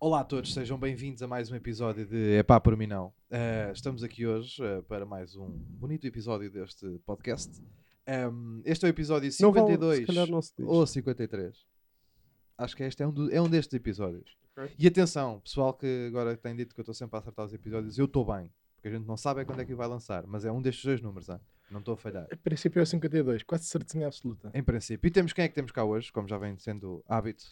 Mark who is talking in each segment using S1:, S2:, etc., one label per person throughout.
S1: Olá a todos, sejam bem-vindos a mais um episódio de É Pá Por Mim Não. Eh, estamos aqui hoje eh, para mais um bonito episódio deste podcast. Ehm, este é o episódio
S2: Não vale,
S1: 52
S2: se calhar não se diz.
S1: ou 53. Acho que este é um, do- é um destes episódios.
S2: Ok.
S1: E atenção, pessoal que agora tem dito que eu estou sempre a acertar os episódios, eu estou bem. Porque a gente não sabe é quando é que vai lançar, mas é um destes dois números, ah, não estou a falhar.
S2: Em princípio é o 52, quase certeza absoluta.
S1: Em princípio. E temos quem é que temos cá hoje, como já vem sendo hábito?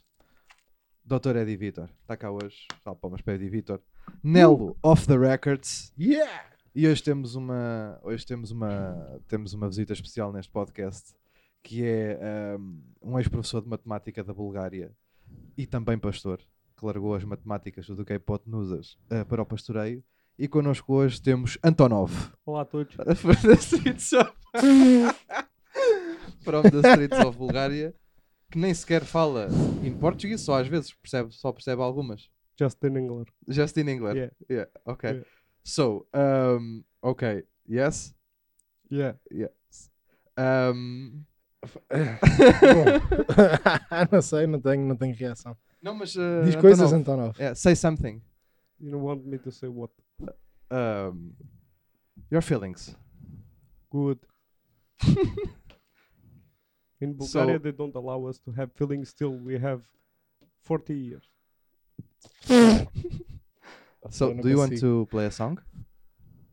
S1: Dr. Eddie Vitor. Está cá hoje. Salve palmas para Eddie Vitor. Nelo, off the records.
S2: Yeah!
S1: E hoje temos uma, hoje temos uma, temos uma visita especial neste podcast, que é um, um ex-professor de matemática da Bulgária e também pastor, que largou as matemáticas do que hipotenusas eh, para o pastoreio. E connosco hoje temos Antonov.
S3: Olá a todos.
S1: From the streets of From the streets of Bulgária que nem sequer fala em português, só às vezes percebe, só percebe algumas.
S2: Justin Engler.
S1: Just in England.
S2: Yeah.
S1: Yeah, okay.
S2: Yeah.
S1: So, um, okay. Yes.
S2: Yeah.
S1: Yes. Um,
S2: Bom, não sei, não tenho, não tenho reação.
S1: não, mas uh,
S2: Diz coisas,
S1: Antonov,
S2: Antonov.
S1: yeah, say something.
S3: You don't want me to say what?
S1: Um, your feelings.
S3: Good. In
S1: So-
S3: Bulgaria, they don't allow us to have feelings till we have 40 years.
S1: So,
S2: Eu não
S1: do you want
S2: consigo.
S1: to play a song?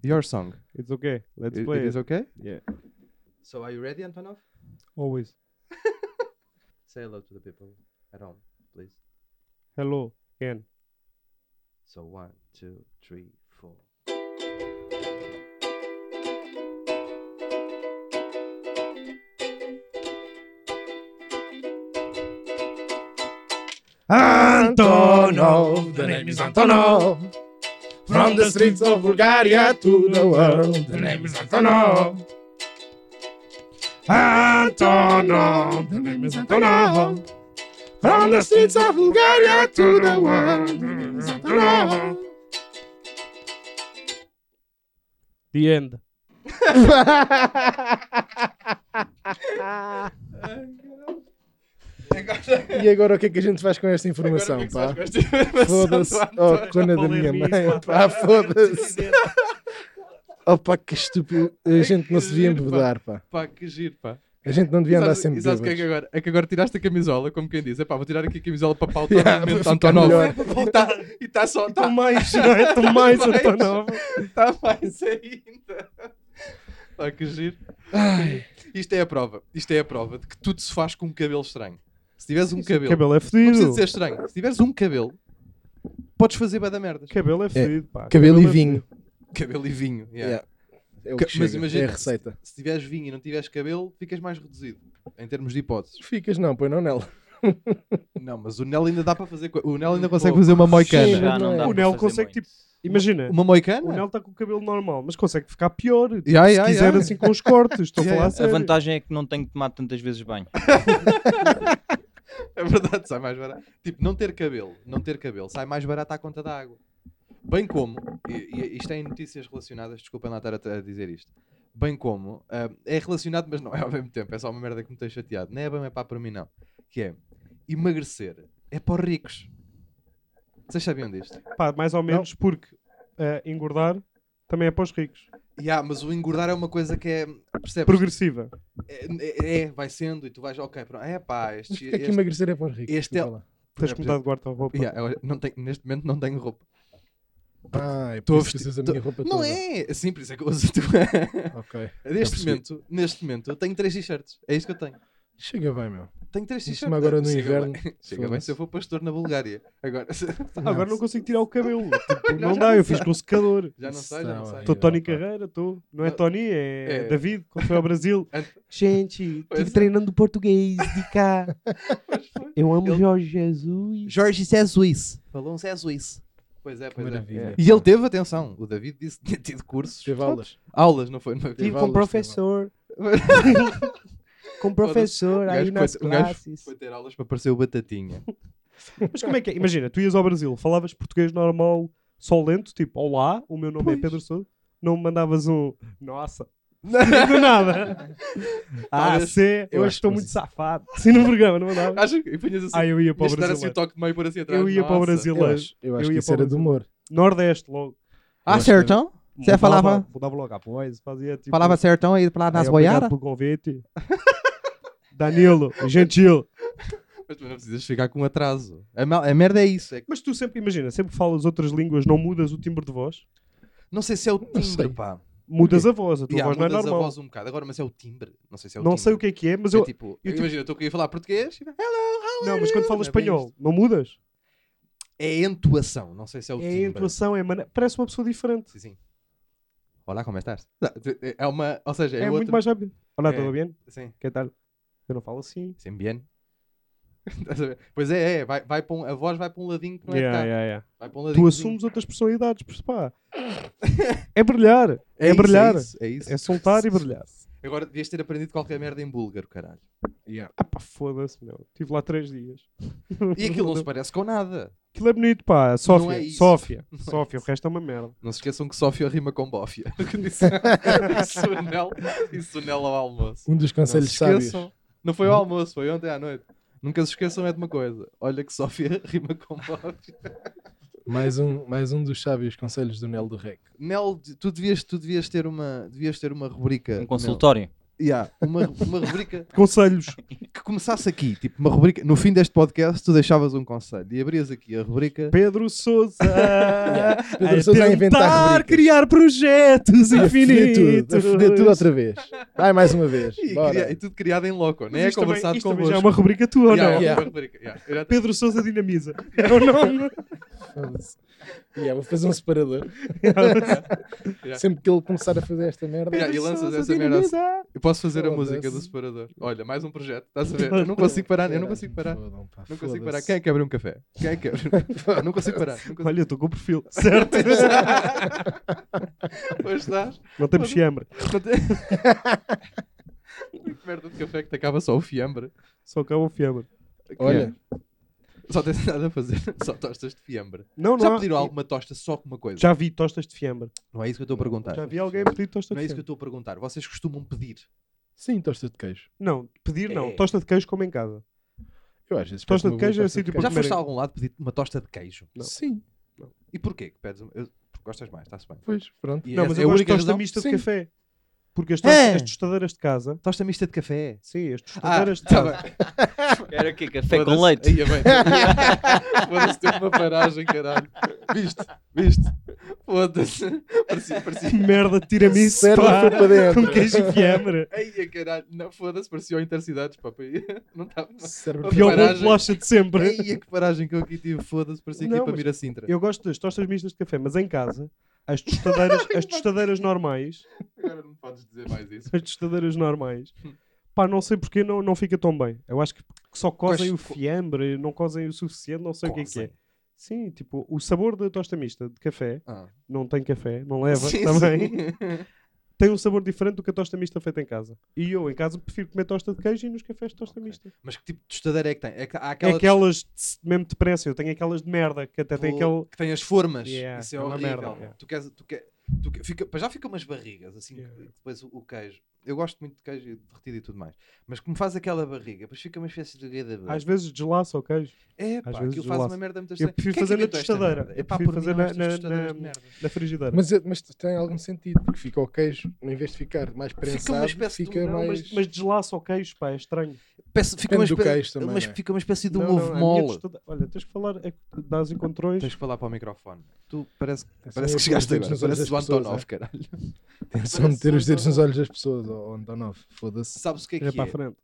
S1: Your song.
S3: It's okay. Let's
S1: It-
S3: play
S1: it
S3: it.
S1: is okay?
S3: Yeah.
S1: So, are you ready, Antonov?
S3: Always.
S1: Say hello to the people at home, please.
S3: Hello, Ken.
S1: So one, two, three, four.
S2: Antonov, the name is Antonov. From the streets of Bulgaria to the world, the name is Antonov. Antonov, the name is Antonov. From the streets of Bulgaria to the world, the name is Antonov.
S3: The end.
S2: E agora o que é que a gente faz com esta informação, pá? tipo, Foda-se, oh, cona da minha mãe, pá, foda-se. Oh pá, que estúpido, a gente não se devia
S1: giro, pá.
S2: embebedar, pá.
S1: Pá, que giro, pá.
S2: A gente não
S1: E
S2: devia andar
S1: sabes-
S2: sempre
S1: e sabes o que é que
S2: bêbados.
S1: agora? É que agora tiraste a camisola, como quem diz. É pá, vou tirar aqui a camisola para pautar
S2: Yeah,
S1: o momento
S2: para ficar
S1: Antonov.
S2: melhor.
S1: E tá- E está só, está
S3: mais, não é? Tão mais, Antonov.
S2: Então,
S1: tá mais ainda. Pá, que giro.
S2: Ai,
S1: Isto é a prova. Isto é a prova de que tudo se faz com um cabelo estranho. Se tiveres um cabelo.
S3: Cabelo é
S1: Não precisa
S3: fedido.
S1: de ser estranho. Se tiveres um cabelo, podes fazer bada merdas.
S3: Cabelo é fedido, pá.
S2: cabelo e
S3: é
S2: vinho.
S1: Cabelo e vinho. yeah.
S2: Yeah. É o
S1: Ca-
S2: que
S1: mas
S2: chega,
S1: imagina-
S2: é a receita.
S1: Se tiveres vinho e não tiveres cabelo, ficas mais reduzido. Em termos de hipóteses.
S2: Ficas não, pois não nela.
S1: Não, mas o Nel ainda dá para fazer. co- O Nel ainda consegue
S4: pouco.
S1: fazer uma moicana.
S2: Sim, já não dá
S3: O Nel consegue, tipo, imagina.
S1: Uma moicana?
S3: O Nel está com o cabelo normal, mas consegue ficar pior. Tipo,
S1: Yeah,
S3: se
S1: yeah,
S3: quiser
S1: yeah.
S3: assim com os cortes, estou a
S1: Yeah,
S3: falar
S1: yeah.
S3: a
S4: A
S3: sério.
S4: vantagem é que não tenho que tomar tantas vezes banho.
S1: É verdade, sai mais barato. Tipo, não ter cabelo, não ter cabelo, sai mais barato à conta da água. Bem como, e, e isto é em notícias relacionadas, desculpem lá estar a, a dizer isto. Bem como, ah, é relacionado, mas não é ao mesmo tempo, é só uma merda que me tem chateado. Não é bem, é pá para mim, não. Que é emagrecer é para os ricos. Vocês sabiam disto?
S3: Pá, mais ou menos, porque eh, engordar também é para os ricos.
S1: E há, mas o engordar é uma coisa que é. Percebes?
S3: Progressiva.
S1: É, é- é, vai sendo e tu vais, ok, pronto. É pá,
S2: Mas
S1: este.
S2: porque é que
S1: este-
S2: emagrecer é para os ricos?
S1: este
S2: Desculpa
S1: é-
S2: lá.
S3: Tens que
S1: por
S3: mudar
S1: exemplo,
S3: de guarda-roupa.
S1: Yeah, agora não tenho- neste momento não tenho roupa.
S2: Ah, é
S1: Tô
S2: por
S1: a vestir-
S2: isso que precisas da
S1: tô-
S2: minha roupa
S1: Não
S2: toda.
S1: é! Sim, por isso é que eu uso a tua.
S2: Ok.
S1: Neste
S2: percebi.
S1: momento, neste momento, eu tenho três t-shirts. É isso que eu tenho.
S2: Chega bem, meu.
S1: Tenho três
S2: Isso
S1: t-shirts.
S2: agora no
S1: Chega
S2: inverno,
S1: Bem. Chega bem se eu for pastor na Bulgária. Agora, se-
S3: Ah, agora não consigo tirar o cabelo. Tipo, não dá, eu fiz com o secador.
S1: já não
S2: Tá
S1: sei, já não sei.
S3: Estou Tony
S2: Opa.
S3: Carreira, estou. Não é
S1: Não.
S3: Tony, é,
S1: É.
S3: David, quando foi ao Brasil.
S1: Ant-
S3: Gente,
S1: Pois é.
S3: estive treinando português de cá. Eu amo
S1: Ele-
S3: Jorge Jesus.
S1: Jorge Césuís. Falou um Césuís. Pois é, pois é.
S2: é Maravilha.
S1: E ele teve atenção. O David disse que tinha tido cursos.
S2: Teve aulas.
S1: Aulas, não foi? Não
S2: Teve
S1: foi?
S2: aulas, teve
S3: com
S1: O
S3: professor
S1: Um gajo foi- o gajo Foi ter aulas para parecer o Batatinha.
S3: Mas como é que é? Imagina, tu ias ao Brasil, falavas português normal, só lento, tipo, olá, o meu nome é
S1: Pois.
S3: Pedro Sousa. Não me mandavas um, nossa, Do nada. Ah,
S1: Talvez-
S3: C,
S1: eu
S3: hoje
S1: acho
S3: estou
S1: que
S3: muito safado. Assim no programa, não mandava.
S1: Acho que e punhas assim.
S3: Ah, eu ia para o
S1: ias dar assim o
S3: brasileiro.
S1: toque de meio por assim atrás.
S3: Eu ia para
S1: Nossa.
S3: o
S2: Eu
S3: brasileiro.
S2: acho, eu acho
S3: Eu
S2: que
S3: ia
S2: isso
S3: para o
S2: era de
S3: Brasil.
S2: humor.
S3: Nordeste logo.
S5: Ah, certão? Você
S3: Mudava-
S5: falava-
S3: Mudava logo a voz, fazia tipo...
S5: Falava certão aí para lá nas
S3: "Ai,
S5: boiadas?
S3: Obrigado pelo convite. Danilo, gentil.
S1: Mas tu não precisas ficar com atraso. A, mal- a merda é isso. é que-
S3: Mas tu sempre, imagina, sempre que falas outras línguas, não mudas o timbre de voz?
S1: Não sei se é o
S2: sei.
S1: timbre, pá.
S3: Mudas a voz, a tua
S1: E há
S3: voz não é
S1: mudas a
S3: normal.
S1: voz um bocado agora, mas é o timbre. Não sei se é o
S3: não
S1: timbre.
S3: sei o que é que é, mas eu...
S1: É tipo,
S3: eu tipo-
S1: imagina, eu estou aqui a falar português. tipo, é, e- Hello, how
S3: Não,
S1: are
S3: mas quando
S1: you?
S3: falas
S1: É bem
S3: espanhol,
S1: isto.
S3: não mudas?
S1: É a entoação. Não sei se é o
S3: É
S1: timbre.
S3: a entoação, é a maneira... Parece uma pessoa diferente.
S1: Sim, sim. Olá, como estás? Não, é- É uma. Ou seja,
S3: É,
S1: é,
S3: muito
S1: outra.
S3: mais rápido. Olá,
S1: É.
S3: tudo bem?
S1: Sim,
S3: Que tal? Eu não falo assim.
S1: sim, bien. Estás a ver? pois é, é. Vai, vai para um- a voz vai para um ladinho que não é de
S3: Yeah,
S1: cá.
S3: yeah, yeah.
S1: Vai para um ladinho.
S3: Tu assumes outras personalidades, por pá. É brilhar, é,
S1: isso,
S3: brilhar,
S1: É isso. É isso.
S3: é soltar e brilhar.
S1: Agora devias ter aprendido qualquer merda em búlgaro, caralho.
S3: Ah pá, foda-se, meu. Estive lá três dias.
S1: E aquilo não se parece com nada.
S3: Aquilo é bonito, pá. Sófia,
S1: é isso.
S3: Sófia,
S1: Não é
S3: Sófia, o resto é uma merda.
S1: Não se esqueçam que Sófia rima com bófia. Que disse- disse o Nel- Disse o Nel ao almoço.
S2: Um dos
S1: Não se
S2: conselhos sábios.
S1: esqueçam. Não foi ao almoço, foi ontem à noite. Nunca se esqueçam é de uma coisa. Olha que Sófia rima com bófia.
S2: Mais um, mais um dos sábios conselhos do Nel do Rec.
S1: Nel, tu devias, tu devias ter uma, devias ter uma rubrica.
S4: Um consultório.
S1: Nel. Yeah, uma, uma rubrica
S3: Conselhos.
S1: que começasse aqui, tipo uma rubrica. No fim deste podcast, tu deixavas um conselho e abrias aqui a rubrica.
S3: Pedro Souza.
S2: Pedro Sousa a inventar
S3: tentar
S2: rubricas.
S3: criar projetos
S2: A foder tudo, a
S3: infinitos.
S2: foder tudo outra vez. Vai mais uma vez.
S1: E, cria- e
S2: Bora.
S1: tudo criado em loco, nem
S3: Mas
S1: é
S3: isto também-
S1: conversado
S3: isto também
S1: convosco.
S3: já é uma rubrica tua,
S1: Yeah,
S3: não?
S1: é uma
S2: Yeah.
S1: rubrica, yeah. Eu já-
S3: Pedro Souza dinamiza. É o nome.
S2: Foda-se. Yeah, vou fazer um separador.
S1: Yeah.
S2: Sempre que ele começar a fazer esta merda.
S1: Yeah, e lanças
S3: Sousa
S1: essa merda assim.
S3: dinamiza.
S1: Eu posso fazer a
S2: Foda-se.
S1: música do separador. Olha, mais um projeto. Estás a ver? Eu não consigo parar, eu não consigo parar.
S2: Fodam, pá,
S1: Não consigo
S2: foda-se.
S1: parar. Quem é que abre um café? Quem é que abre? Eu não consigo parar. Não consigo...
S3: Olha, eu estou com o perfil. Certo.
S1: Pois estás.
S3: Não temos fiambre.
S1: Não tem- Que merda de café que te acaba só o fiambre.
S3: Só cá o fiambre.
S2: Olha,
S1: é? Só tens nada a fazer. Só tostas de fiambre.
S3: Não, não.
S1: Já
S3: há-
S1: pediram alguma tosta só com uma coisa?
S3: Já vi tostas de fiambre.
S1: Não é isso que eu estou a perguntar.
S3: Já vi alguém pedir tosta
S1: Não é
S3: de
S1: isso que eu
S3: fiambre.
S1: estou a perguntar. Vocês costumam pedir.
S2: sim, tosta de queijo.
S3: Não, pedir não.
S1: É.
S3: Tosta de queijo como em casa.
S2: Eu às vezes peço
S3: Tosta
S2: uma
S3: de queijo
S2: boa
S3: é
S2: tosta de
S3: sítio
S2: queijo.
S1: Já
S3: comer
S1: foste a
S3: em-
S1: algum lado pedir uma tosta assim de queijo?
S3: Não.
S2: Sim,
S1: E porquê que pedes? uma- eu- Porque gostas mais, está-se bem.
S2: pois, pronto.
S1: E
S3: não,
S1: essa
S3: mas
S1: é
S3: eu
S1: a
S3: gosto de
S1: única
S3: tosta
S1: razão?
S3: mista de
S2: Sim.
S3: café. Porque as,
S1: É.
S3: tostas, as tostadeiras de casa...
S1: Tosta mista de café.
S3: Sim, as
S1: Ah,
S3: tostadeiras de
S1: tá
S3: casa.
S1: bem.
S4: Era aqui, café com
S1: Foda-se.
S4: leite.
S1: Aí, é bem. Foda-se, teve uma paragem, caralho. Viste? Viste? Foda-se. Parecia, parecia.
S3: Merda, tira-me-se,
S2: Serve foi
S3: pá.
S2: para dentro.
S3: Com queijo e fiambre.
S1: Aí, caralho. Não, foda-se, parecia o Intercidades, papai. Não estava.
S2: Serve
S1: Outra
S3: Pior bolo
S1: paragem.
S3: de bolacha de sempre.
S1: Aí, que paragem que eu aqui tive, foda-se, parecia que
S3: Não,
S1: ia para
S3: mas
S1: Mira Sintra.
S3: Eu gosto das tostas mistas de café, mas em casa, as tostadeiras, as tostadeiras normais,
S1: Agora não podes dizer mais isso.
S3: as tostadeiras normais, pá, não sei porque não, não fica tão bem. Eu acho que só cozem
S1: Cozem-
S3: o fiambre, não cozem o suficiente, não sei o que é que é. Sim, tipo, o sabor da tosta mista de café,
S1: Ah.
S3: não tem café, não leva
S1: Sim,
S3: É, também,
S1: sim.
S3: tem um sabor diferente do que a tosta mista feita em casa. E eu, em casa, prefiro comer tosta de queijo e nos cafés tosta mista.
S1: Mas que tipo de tostadeira é que tem? É que há
S3: É
S1: aquela
S3: aquelas de- mesmo depressa, eu tenho aquelas de merda, que até tem
S1: Pô,
S3: aquele...
S1: que tem as formas.
S3: Yeah,
S1: Isso é,
S3: é uma
S1: horrível.
S3: merda, yeah.
S1: Tu queres, tu quer, tu que- fica, para já ficam umas barrigas, assim, que-
S3: Yeah.
S1: depois o, o queijo. Eu gosto muito de queijo derretido e tudo mais. Mas que me faz aquela barriga, depois fica uma espécie de greda
S3: Às vezes deslaça o queijo.
S1: É, pá,
S3: às vezes
S1: aquilo faz uma
S3: gelaço.
S1: merda muito
S3: Eu prefiro fazer na tostadeira.
S1: É
S3: Eu
S1: pá,
S3: prefiro
S1: por
S3: fazer
S1: fazer
S3: na-
S1: na,
S3: na-
S1: tostadeiras
S3: na-
S1: de merda.
S3: Na frigideira.
S2: Mas, eh, mas tem algum sentido, porque fica o queijo, em vez de ficar mais prensado,
S1: Fica
S2: fica,
S1: uma espécie de um- não,
S2: mais...
S3: Mas, mas deslaça o queijo, pá, é estranho.
S1: Parece- Fica uma,
S2: Depende do
S1: espé-
S2: queijo também,
S1: mas
S2: não é?
S1: fica uma espécie de
S3: Não,
S1: um
S3: não,
S1: ovo
S3: a minha
S1: mole.
S3: tostada- Olha, tens que falar, é que dás encontrões.
S1: Tens que falar para o microfone. Tu parece,
S2: Assim,
S1: parece que
S2: eu
S1: chegaste
S2: ponho os
S1: agora.
S2: dedos nos olhos
S1: Parece o
S2: das pessoas,
S1: Antonov, caralho.
S2: é? É só meter os dedos nos olhos das pessoas, ou Antonov, foda-se.
S1: Sabes o que é que
S3: Olha para a
S1: é?
S3: frente.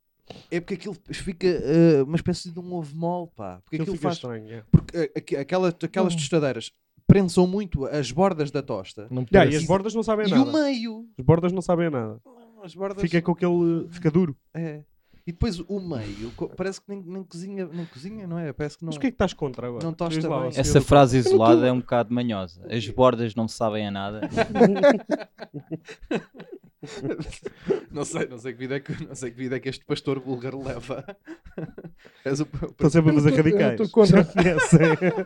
S1: É porque aquilo fica eh, uma espécie de um ovo mole, pá. Porque
S3: Aquilo,
S1: aquilo
S3: fica
S1: faz
S3: estranho. É.
S1: Porque eh, aqu- aquela- aquelas tostadeiras prensam muito as bordas da tosta
S2: Não
S3: Já,
S2: parece.
S3: e as bordas não sabem
S1: um e
S3: nada.
S1: o meio.
S3: As bordas não sabem nada.
S1: As bordas.
S3: Fica com aquele. Fica duro.
S1: É. E depois o meio, co- parece que nem, nem cozinha, não cozinha, não é? Parece que não.
S3: Mas o que é que estás contra agora?
S1: Não tosta
S3: Diz
S1: bem.
S3: ó, senhor
S4: Essa
S3: do-
S4: frase isolada é um bocado manhosa. As bordas não sabem a nada.
S1: Não sei, não sei que vida é que, não sei que vida é que este pastor búlgaro leva. És o-
S3: Estão sempre a fazer
S2: Eu não tô- eu não
S3: radicais.
S2: tô contra.
S3: Já conhecem.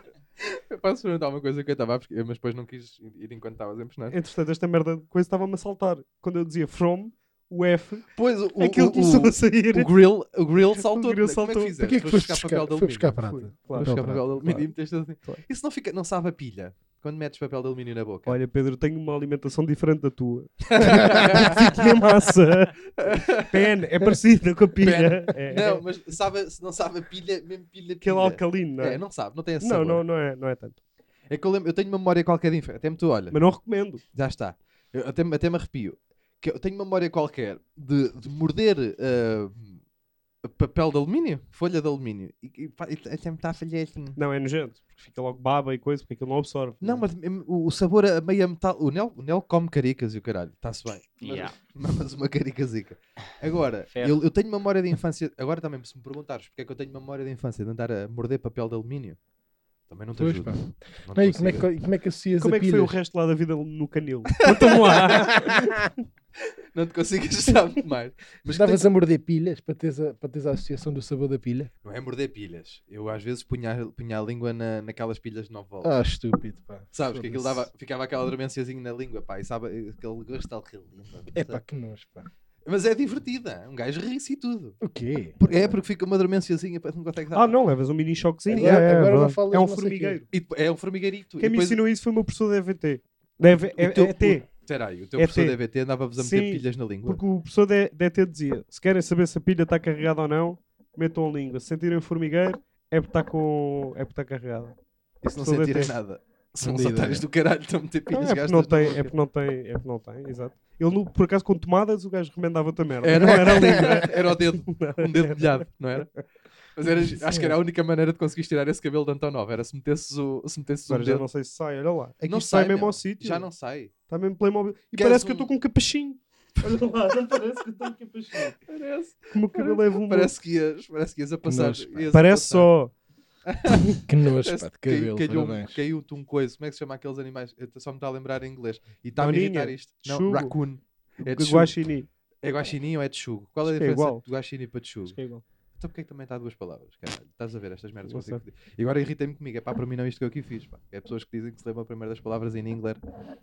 S1: Eu posso perguntar uma coisa que eu estava, a pesqui- mas depois não quis ir enquanto estavas a impressionar.
S3: Entretanto, esta merda de coisa estava-me a saltar. Quando eu dizia from, o F,
S1: Pois o, o,
S3: aquilo começou a
S1: o,
S3: sair.
S1: o grill, o grill saltou.
S3: grill
S1: Como é que
S3: saltou.
S2: Para
S1: fizeste?
S2: que é que foste
S1: papel de
S2: buscar? Foi
S1: alumínio?
S2: buscar
S3: Fui,
S2: prata.
S3: claro.
S1: Vamos
S2: Não,
S1: buscar é papel de
S2: pronto,
S1: alumínio e meteste assim.
S3: Claro.
S1: Isso não, fica, não sabe a pilha quando metes papel de alumínio na boca.
S3: Olha, Pedro, tenho uma alimentação diferente da tua. Fico na massa. Pen, é parecida com a pilha. É,
S1: Não,
S3: é
S1: mas sabe, se não sabe a pilha, mesmo pilha,
S3: aquele
S1: pilha.
S3: alcalino, não é?
S1: É, não sabe, não tem esse
S3: não,
S1: sabor.
S3: não, não é, não é tanto.
S1: É que eu, lembro, eu tenho uma memória qualquer de infância. Até me tu, olha,
S3: Mas não recomendo.
S1: já está. Eu até, me- até me arrepio. Que eu tenho uma memória qualquer de, de morder ah, papel de alumínio, folha de alumínio. E, e, pá, e até me está a falhar assim.
S3: Não, é nojento. Porque fica logo baba e coisa, porque aquilo não absorve.
S1: Não,
S2: Hum.
S1: mas mesmo o o sabor a meia metal. O Nel, o Nel come caricas e o caralho, está-se bem. Mas-
S4: Yeah.
S1: Mamas uma carica zica. Agora,
S4: Fair.
S1: eu, eu tenho memória de infância. Agora também, se me perguntares porque é que eu tenho memória de infância de andar a morder papel de alumínio, também não te
S2: Pois,
S1: ajuda.
S2: pá.
S1: Não te
S2: Não, e
S1: consigo
S2: como é que,
S1: ajudar.
S2: e como é que associas
S3: Como
S2: a
S3: é que foi o
S2: pilhas?
S3: resto lá da vida no canil? Conta-me lá.
S1: Não te consigo ajudar muito mais. Mas que
S2: Estavas
S1: tenho-
S2: a morder pilhas para teres, a, para teres a associação do sabor da pilha?
S1: Não é morder pilhas. Eu às vezes punha, a- punha a língua na, naquelas pilhas de 9 volts.
S2: Ah, estúpido, pá.
S1: Sabes que aquilo
S2: Foda-se.
S1: dava, ficava aquela dormênciazinha na língua, pá, e sabe aquele gosto de
S2: É pá, que nojo, pá.
S1: Mas é divertida, um gajo ri-se e tudo.
S2: O quê?
S1: Por- É porque fica uma dormênciazinha, pá, não consegue dar.
S3: ah, não, levas um mini choquezinho.
S2: Agora-
S3: é, é,
S2: agora
S3: verdade.
S2: não falas
S3: É um
S2: não sei quê.
S3: formigueiro.
S1: E depois- é um formigarito.
S3: Quem
S1: e
S3: me
S1: depois-
S3: ensinou isso foi o meu professor da EVT. Da EV,
S1: o teu-
S3: é, ET.
S1: Espera aí, o teu
S3: É
S1: professor
S3: T.
S1: da EVT andava-vos a meter
S3: Sim,
S1: pilhas na língua.
S3: Porque o professor da da ET dizia: se querem saber se a pilha está carregada ou não, metam a língua. Se sentirem o formigueiro, é porque está com... é porque está carregada.
S1: Isso não
S3: Sou da
S1: sentirem
S3: T. né?
S1: nada. São
S2: Entendi,
S1: satários do caralho, estão a meter
S3: Não,
S1: pilhas
S3: é, porque
S1: gastas
S3: não
S1: na
S3: tem,
S1: boca.
S3: é porque não tem, é porque não tem, exato. Ele, no- por acaso, com tomadas, o gajo remendava-te a merda.
S1: Era,
S3: Não era a língua.
S1: era, o dedo, um dedo molhado, não era? Mas era- acho que era a única maneira de conseguir tirar esse cabelo de Antonov, era se metesses o, se metesses o
S3: Agora já
S1: dedo.
S3: não sei se sai, olha lá. Aqui
S1: Não
S3: isto sai,
S1: sai
S3: mesmo
S1: mesmo.
S3: ao sítio.
S1: Já não sai.
S3: Está mesmo Playmobil. E
S1: Queres
S3: parece que
S1: um-
S3: eu estou com um capachinho. Olha lá, não parece que eu estou com um capachinho.
S1: Parece,
S3: Como o cabelo é um...
S1: parece, que ias, parece que ias a passar.
S2: nojo, pá.
S1: ias a
S3: Parece
S1: passar.
S3: só.
S2: Que nojo,
S1: Parece
S2: pá, de
S1: que cai-
S2: cabelo.
S1: calhou-
S2: parabéns.
S1: Caiu-te um coisa, como é que se chama aqueles animais? Eu Só me está a lembrar em inglês. E está-me a
S3: Doninha,
S1: irritar isto. Não,
S3: chugo.
S1: raccoon. É
S3: que
S1: tchugo.
S3: Guaxini.
S1: É guaxinim ou é tchugo? Qual é a
S3: Acho que é
S1: diferença
S3: igual.
S1: de guaxinim para tchugo?
S3: Acho que é igual.
S1: Então porque é que também está duas palavras? Caralho, estás a ver estas merdas
S3: Não
S1: consigo pedir. E agora irritem-me comigo, é pá, para mim não é isto que eu aqui fiz. Pá. É pessoas que dizem que se lembram primeiro das palavras em inglês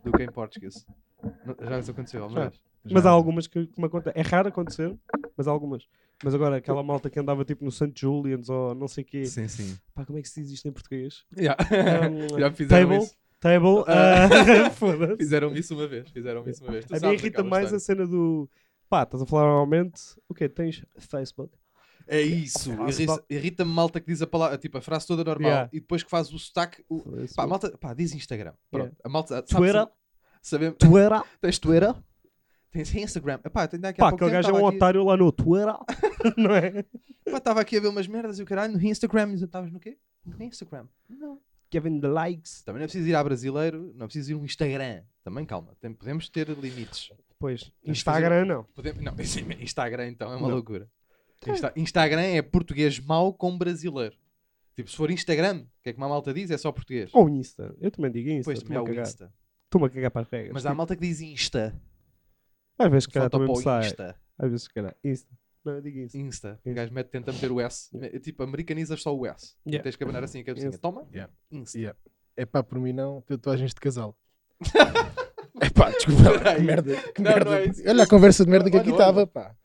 S1: do que em português. Não- Já isso aconteceu alguma
S3: Já.
S1: vez?
S3: Mas
S2: Já.
S3: há algumas que, que me acontece. É raro acontecer, mas há algumas. Mas agora, aquela malta que andava tipo no St. Julian's ou não sei quê.
S1: Sim, sim.
S3: Pá, como é que se diz isto em português? Um,
S1: Já me fizeram
S3: table,
S1: isso.
S3: Table. ah, Foda-se.
S1: Fizeram isso uma vez. Fizeram isso uma vez. Tu
S3: A mim
S1: sabes
S3: irrita
S1: aquela
S3: mais a
S1: história.
S3: cena do. Pá, estás a falar normalmente. O quê? Tens Facebook?
S1: É isso.
S3: frase
S1: irri-
S3: mal-
S1: Irrita-me malta que diz a palavra, tipo, a frase toda normal
S3: Yeah.
S1: e depois que faz o sotaque. o-
S3: Facebook.
S1: Pá, a malta, pá, diz Instagram. Pronto. A malta, sabe-
S4: Twitter.
S1: Sabemos.
S4: Twitter.
S1: Tens Twitter? Tens Instagram? Epá, tenho daqui a
S3: Pá,
S1: pouco
S3: aquele
S1: tempo
S3: gajo é
S1: estava
S3: um
S1: aqui-
S3: otário lá no Twitter. não é?
S1: Pá, estava aqui a ver umas merdas e o caralho no Instagram. E eu, Estavas no quê? No Instagram. Não.
S3: Kevin the é likes.
S1: Também não é preciso ir à brasileiro, não é preciso ir um Instagram. Também calma, tem- podemos ter limites.
S3: Pois,
S1: que
S3: Instagram não.
S1: Podemos, não, isso é- Instagram então é uma
S3: Não.
S1: loucura. Insta- Instagram é português mau com brasileiro. Tipo, se for Instagram, o que é que uma malta diz? É só português.
S3: Ou Insta. Eu também digo é Insta.
S1: Depois também há é
S3: Estou-me a
S1: o
S3: cagar.
S1: Insta.
S3: Estou-me a cagar para as regras. Tipo,
S1: Mas há malta que diz Insta.
S3: Às vezes, se calhar,
S1: Falta
S3: também
S1: para
S3: me
S1: o
S3: sai.
S1: Insta.
S3: Às vezes, se calhar. Insta. Não, eu digo Insta.
S1: Insta. O gajo mete, tenta meter o S. Me- Tipo, americanizas só o S.
S3: Yeah.
S1: Tens que abanar assim a cabecinha.
S3: Insta.
S1: Toma.
S2: Yeah.
S1: Insta.
S2: Yeah. É pá, por mim não, tatuagens de casal. é pá, desculpa, lá, que merda. Que
S1: Não,
S2: merda.
S1: não é isso.
S2: Olha a conversa de merda que aqui
S1: Olha, olha.
S2: estava, pá.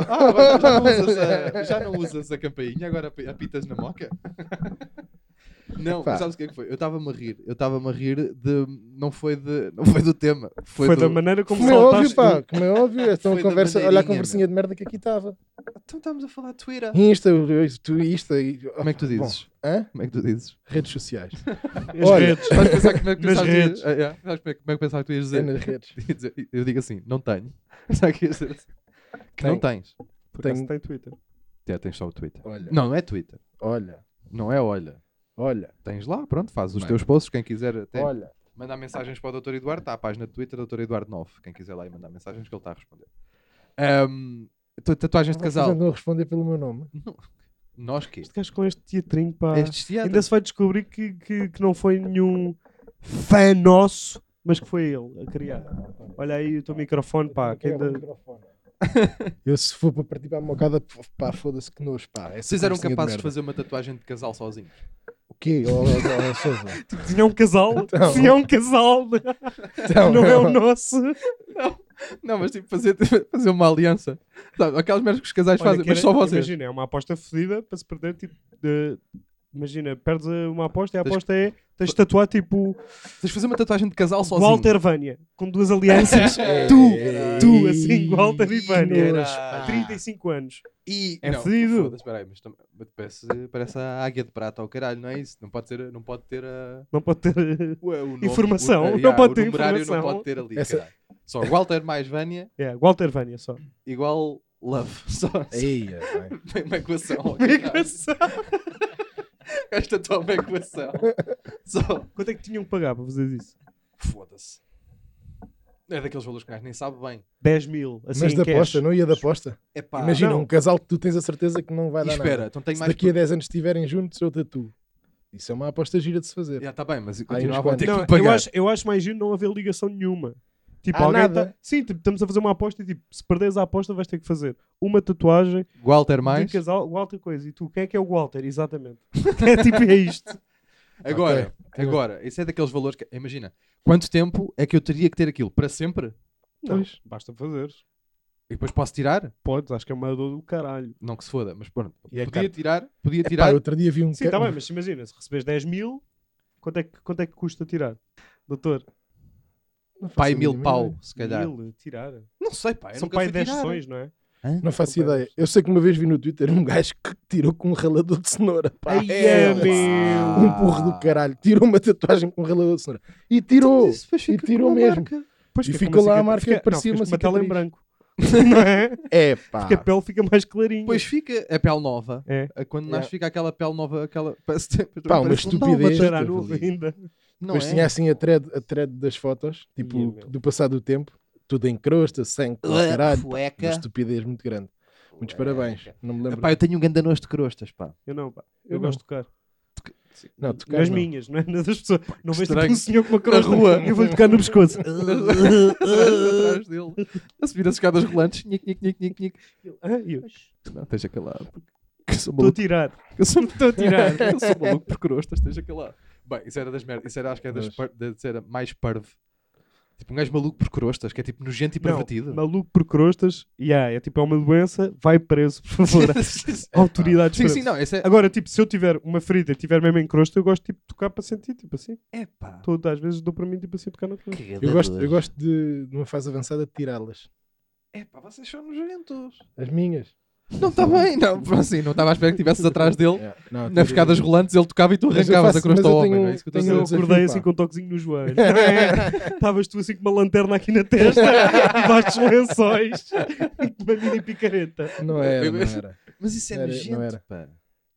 S1: Ah, agora já, não usas a, já não usas a campainha, agora ap- apitas na moca? Não,
S2: Pá.
S1: sabes o que é que foi? Eu estava-me a rir, eu estava-me a rir de. Não foi, de, não foi do tema, foi,
S3: Foi,
S1: do.
S3: da maneira como
S2: Como é óbvio,
S3: saltaste.
S2: pá, como é óbvio. Então
S1: Foi
S2: a
S1: da
S2: conversa, olha a
S1: bandeirinha,
S2: conversinha de merda que aqui estava.
S1: Então estávamos a falar de Twitter.
S2: Insta, tu, Insta. e-
S1: Como é que tu dizes?
S2: Hã?
S1: Como é que tu dizes?
S2: Redes sociais.
S3: As
S2: Olha.
S3: redes.
S1: Sabes pensar como é que
S3: Nas
S1: pensavas que
S3: redes.
S1: ias- Ah, yeah. Sabes como é que- como é que pensavas que tu ias
S2: É
S1: dizer?
S2: nas redes.
S1: Ia dizer- Eu digo assim, não tenho. Sabe que ias dizer assim? Que não tens.
S3: Por acaso
S2: Tenho-
S3: tem Twitter.
S1: É, tens só o Twitter.
S2: Olha,
S1: Não, não é Twitter.
S2: olha,
S1: Não é olha.
S2: olha,
S1: Tens lá, pronto, faz os
S2: Bem.
S1: teus posts, quem quiser. Tem,
S2: olha.
S1: mandar mensagens para o Dr. Eduardo, está a página do Twitter, Dr. Eduardo 9. Quem quiser lá e mandar mensagens que ele está a responder. Ahm, tu- tatuagens de
S2: Mas
S1: casal.
S2: Não responder pelo meu nome.
S1: Nós quê?
S3: Este gajo com este teatrinho, pá.
S1: Estes teatros.
S3: é Ainda se vai descobrir que, que, que não foi nenhum fã nosso, mas que foi ele a criar. Olha aí o teu microfone, pá. Que ainda...
S2: Eu se for para partir para a mocada, pá, foda-se que nojo, pá. essa
S1: Vocês eram
S2: conversinha
S1: capazes de
S2: merda.
S1: fazer uma tatuagem de casal sozinhos?
S2: quê? ó- ó- ó, Sousa?
S3: Se é um casal,
S2: Então.
S3: se é um casal,
S2: Então,
S3: não é o nosso.
S1: Não, mas tipo, fazer, fazer uma aliança. Sabe, aquelas merdas que os casais
S3: Olha,
S1: fazem,
S3: que
S1: mas
S3: era-
S1: só vocês.
S3: Imagina, é uma aposta fodida para se perder, tipo, de- imagina, perdes eh, uma aposta e a
S1: Tens-
S3: aposta é, tens de tatuar, tipo,
S1: Vocês fazer uma tatuagem de casal sozinho.
S3: Walter Vânia, com duas alianças, tu, tu, assim, Walter e Vânia,
S2: Nojo, pá.
S3: 35 anos.
S1: E.
S3: É
S1: não,
S3: fedido.
S1: foda-se, Espera aí, mas tam- mas parece, parece a águia de prata ao caralho, não é isso? Não pode ter, não pode ter a.
S3: Não pode ter... eh,
S1: o- o nome-
S3: Informação,
S1: o-
S3: não
S1: yeah,
S3: pode
S1: o
S3: ter
S1: numerário
S3: informação.
S1: não pode ter ali.
S2: Essa-
S1: caralho. Só Walter mais Vânia
S3: É, Walter Vânia só.
S1: igual love. Só, só
S2: Ei, é, bem.
S1: uma equação. ao
S3: Uma
S1: caralho.
S3: equação.
S1: Esta tua uma equação. Só.
S3: Quanto é que tinham que pagar para fazer isso?
S1: Foda-se. É daqueles valores que o gajo nem sabe bem.
S3: 10 mil, assim,
S2: Mas
S3: em
S2: da
S3: cash.
S2: aposta, não ia da aposta.
S1: É pá.
S2: Imagina,
S3: não.
S2: um casal que tu tens a certeza que não vai
S1: E
S2: dar
S1: espera,
S2: nada.
S1: então tenho
S2: Se
S1: mais.
S2: daqui a 10 anos estiverem juntos, eu tatuo. Isso é uma aposta gira de se fazer.
S1: Já está bem, mas
S2: uns
S1: continuava a
S2: quantos.
S1: ter que
S3: Não,
S1: me pagar.
S3: Eu acho, eu acho mais giro não haver ligação nenhuma. Tipo,
S2: Ah,
S3: alguém
S2: nada?
S3: tá- Sim, tipo, estamos a fazer uma aposta e tipo, se perderes a aposta vais ter que fazer uma tatuagem
S1: Walter
S3: de casal, Walter coisa. E tu, quem é que é o Walter? Exatamente. é tipo, é isto.
S1: Agora, agora, isso é daqueles valores que. Imagina, quanto tempo é que eu teria que ter aquilo? Para sempre?
S3: Não,
S2: Pois.
S3: basta fazer.
S1: E depois posso tirar?
S3: Podes, acho que é uma dor do caralho.
S1: Não que se foda, mas pronto.
S2: E é
S1: podia
S2: caro.
S1: tirar, podia
S2: Epá,
S1: tirar. tá
S2: outro dia vi um
S3: Sim,
S2: ca-
S3: está bem, mas imagina, se recebes 10 mil, quanto é que, quanto é que custa tirar? Doutor,
S2: Não faço
S1: pai
S2: a
S1: mil
S2: mínima
S1: pau,
S2: ideia.
S1: se calhar.
S3: mil, eh, tirar.
S1: Não sei, pai.
S3: São pai 10 sessões, não é?
S2: Não faço
S3: Não
S2: ideia. Eu sei que uma vez vi no Twitter um gajo que tirou com um ralador de cenoura. Pá.
S3: Ai,
S1: é,
S3: é, meu.
S2: Um burro do caralho. Tirou uma tatuagem com um ralador de cenoura. E tirou. E tirou mesmo.
S3: Pois
S2: E
S3: fica com
S2: ficou
S3: uma
S2: lá a
S3: cicatri-
S2: marca que
S3: fica-
S2: parecia
S3: não,
S2: uma
S3: ficas com tela em
S2: cicatriz.
S3: branco. não é?
S2: É pá.
S3: Porque a pele fica mais clarinha.
S1: Depois fica a pele nova.
S3: É.
S1: Quando
S2: Yeah.
S1: nasce, fica aquela pele nova. Aquela... parece-
S2: Pá,
S1: parece
S2: uma
S1: um-
S3: Não,
S2: estupidez.
S3: bater à
S2: Deus,
S3: nuvem
S2: Deus.
S3: ainda.
S1: Não é?
S2: Depois tinha assim a thread, a thread das fotos, tipo
S3: é? Ia, meu.
S2: do passado do tempo, tudo em crosta, sangue, pelo caralho. Uma
S5: Fueca.
S2: estupidez muito grande. Muitos parabéns. Não me lembro.
S1: Pá, eu tenho um grande nojo de crostas, pá.
S3: Eu não, pá. Eu,
S2: Eu não.
S3: gosto de tocar.
S2: Não, tocar
S3: Nas
S2: não.
S3: minhas, não é? Nas das pessoas. Não vejo tipo
S1: estranho.
S3: um senhor com uma crosta.
S1: rua.
S3: Eu vou-lhe tocar no pescoço.
S1: atrás dele. A subir as escadas rolantes. Nic, nic, nic, nic, nic.
S3: Ah, eu
S1: Não, esteja calado. Que sou
S3: Estou a
S1: maluco.
S3: tirar.
S1: Eu sou,
S3: Estou a tirar.
S1: eu sou um maluco por crostas, esteja calado. Bem, isso era das merdas. Isso era, acho que é das
S2: Mas-
S1: par... da- isso era mais parvo. Tipo, um gajo maluco por crostas, que é tipo nojento e pervertido.
S3: Não, maluco por crostas. Yeah, é tipo, é uma doença. Vai preso, por favor. Autoridades
S1: sim,
S3: preso.
S1: sim, não. Esse é...
S3: Agora, tipo, se eu tiver uma ferida e tiver mesmo em crosta, eu gosto tipo, de tocar para sentir, tipo assim.
S1: Epá.
S3: Todo, às vezes dou para mim, tipo assim, tocar na crosta.
S2: Eu gosto, eu gosto de, numa fase avançada, de tirá-las.
S1: Epá, vocês são nojentos.
S2: As minhas.
S1: Não está bem. Não, assim, não estava à espera que estivesses atrás dele.
S2: É, não,
S1: Nas
S2: tirei.
S1: escadas rolantes ele tocava e tu
S2: Mas eu
S1: arrancavas a
S2: faço-
S1: crosta
S2: mas eu
S1: ao homem.
S2: tenho-
S1: não é isso que eu estou a dizer?
S2: tenho-
S3: Eu
S2: desafio,
S3: acordei
S2: pá.
S3: assim com um toquezinho no joelho. Estavas tu assim com uma lanterna aqui na testa, debaixo dos lençóis, e uma mini picareta.
S2: Não era, não era.
S1: Mas isso é
S2: Era- não
S1: nojento,
S2: era.
S1: pá.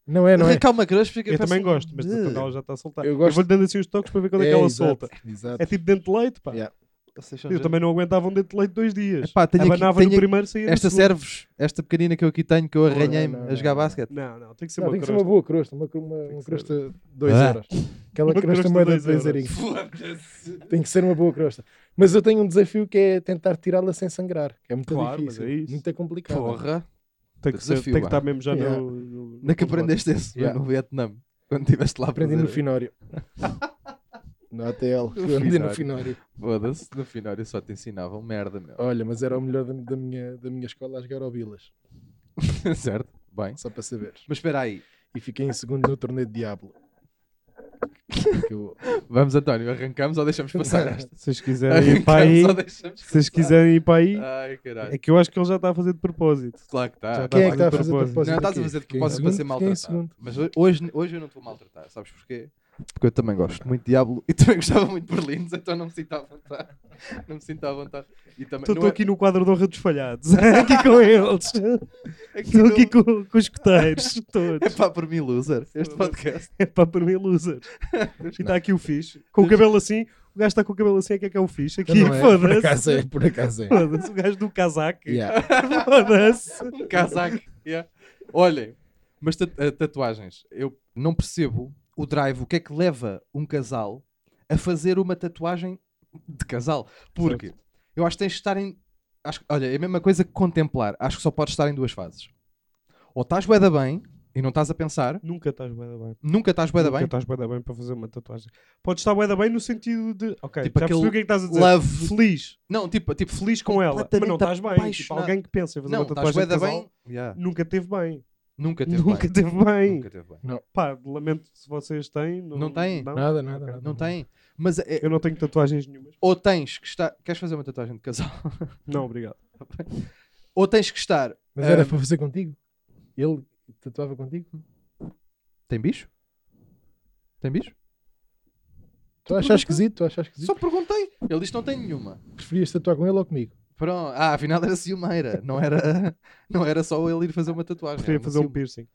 S2: Não é, não é.
S1: Arrancar uma crosta fica
S3: Eu
S1: parece-
S3: também gosto, mas quando ela já está a soltar. Eu,
S2: Eu gosto-
S3: vou-lhe dando assim os toques para ver quando é, que ela solta.
S2: Exato.
S3: É tipo dente de leite, pá.
S2: Yeah.
S1: Vocês são
S3: Eu também não aguentava um dente de leite dois dias.
S1: Epá, tenho aqui-
S3: Abanava no
S1: tenho-
S3: primeiro, saía no
S1: Esta
S3: segundo.
S1: servos, esta pequenina que eu aqui tenho, que eu arranhei-me
S2: não,
S1: a
S2: não,
S1: jogar
S2: não.
S1: basquete.
S3: Não, não, tem que ser
S2: Não,
S3: uma
S2: tem que ser
S3: crosta.
S2: uma boa crosta, uma, cro- uma, uma
S3: ser.
S2: crosta de 2
S1: Ah.
S2: euros. Aquela
S3: Uma crosta
S2: crosta moeda
S3: dois
S2: de 2
S3: euros.
S2: euros. Tem que ser uma boa crosta. Mas eu tenho um desafio que é tentar tirá-la sem sangrar. que É muito
S3: Claro, mas
S2: difícil.
S3: é isso.
S2: Muito complicado.
S1: Porra!
S3: Tem que, ser-
S1: Desafio,
S3: tem que
S1: pá.
S3: estar mesmo já
S2: Yeah.
S3: no, no, no
S1: Onde é que
S3: combate.
S1: aprendeste isso? Foi
S2: Yeah.
S1: No Vietnã. Quando estiveste lá a
S2: Aprendi no
S1: fazer-
S2: finório. No ATL. Aprendi no finório.
S1: Foda-se, no final eu só te ensinavam merda, meu.
S2: Olha, mas era o melhor da, da minha, da minha escola a jogar ao Vilas.
S1: certo? Bem.
S2: Só para saberes.
S1: Mas espera aí.
S2: E fiquei em segundo no torneio de Diablo. Porque eu-
S1: Vamos, António, arrancamos ou deixamos passar esta?
S3: Se vocês quiserem ir para aí,
S1: Arrancamos ou deixamos
S3: se vocês
S1: passar?
S3: quiserem ir para aí,
S1: Ai, caralho.
S3: é que eu acho que ele já está a fazer de propósito.
S1: Claro que
S3: Já
S1: está.
S2: Quem é que está
S3: Estava a
S2: a fazer de
S3: propósito.
S2: propósito?
S1: Não, estás
S2: aqui?
S1: a fazer de
S2: Fiquei em
S1: propósito para
S2: segundo,
S1: ser
S2: fiquei em
S1: maltratado.
S2: segundo.
S1: Mas hoje, hoje eu não estou maltratado, sabes porquê? Porque eu também gosto muito de Diablo e também gostava muito de Berlins, então não me sinto à vontade. Não me sinto à vontade. E também,
S3: Estou
S1: não é-
S3: aqui no quadro de honra dos falhados. aqui com eles.
S1: aqui
S3: Estou
S1: não-
S3: aqui com, com os coteiros
S1: É
S3: todos.
S1: pá, por mim, loser, este podcast.
S3: É pá, para mim, loser. E está aqui o fixe. Com o cabelo assim, o gajo está com o cabelo assim, é que é que é o fixe? Aqui,
S2: Não é, Por
S3: foda-se.
S2: acaso é, por acaso é.
S3: Foda-se, o gajo do casaco.
S2: Yeah.
S3: Foda-se.
S1: Um casaco. yeah. Olhem, mas ta- eh, tatuagens. Eu não percebo o drive, o que é que leva um casal a fazer uma tatuagem de casal. Porque eu acho que tens de estar em. Acho, olha, é a mesma coisa que contemplar. Acho que só podes estar em duas fases. Ou estás bué da bem, e não estás a pensar,
S3: Nunca estás bué da bem.
S1: nunca estás bué da
S3: Nunca
S1: bem.
S3: estás bué da bem para fazer uma tatuagem. Podes estar bué da bem no sentido de... Ok,
S1: Tipo
S3: já
S1: aquele
S3: percebi o que é que estás a dizer.
S1: Love.
S3: Feliz.
S1: Não, tipo, tipo feliz.
S3: Feliz com ela. Mas não
S1: completamente
S3: estás bem. Tipo,
S1: apaixonado.
S3: alguém que pensa em fazer
S1: Não,
S3: uma
S1: estás
S3: tatuagem
S1: bué
S3: de
S1: da
S3: casal,
S1: bem. Yeah.
S3: nunca teve bem.
S1: Nunca teve
S3: Nunca
S1: bem.
S3: teve bem.
S1: Nunca teve bem.
S3: Pá, lamento se vocês têm. Não,
S1: Não têm?
S2: Nada, nada, nada. tá-
S1: Não tem. Mas é-
S3: Eu não tenho tatuagens nenhumas.
S1: ou tens que estar. Queres fazer uma tatuagem de casal?
S3: Não, obrigado.
S1: É, Ou tens que estar.
S2: Mas era
S1: Ah.
S2: para fazer contigo? É. Ele tatuava contigo?
S1: Tem bicho? Tem bicho?
S2: Tu achas esquisito? Tu achas esquisito?
S1: Só perguntei. Ele disse que não tem nenhuma.
S2: Preferias tatuar com ele ou comigo?
S1: Pronto. Ah, afinal era ciumeira. Não era, não era só ele ir fazer uma tatuagem.
S3: Preferia
S1: era uma
S3: fazer um
S1: ciume-
S3: piercing.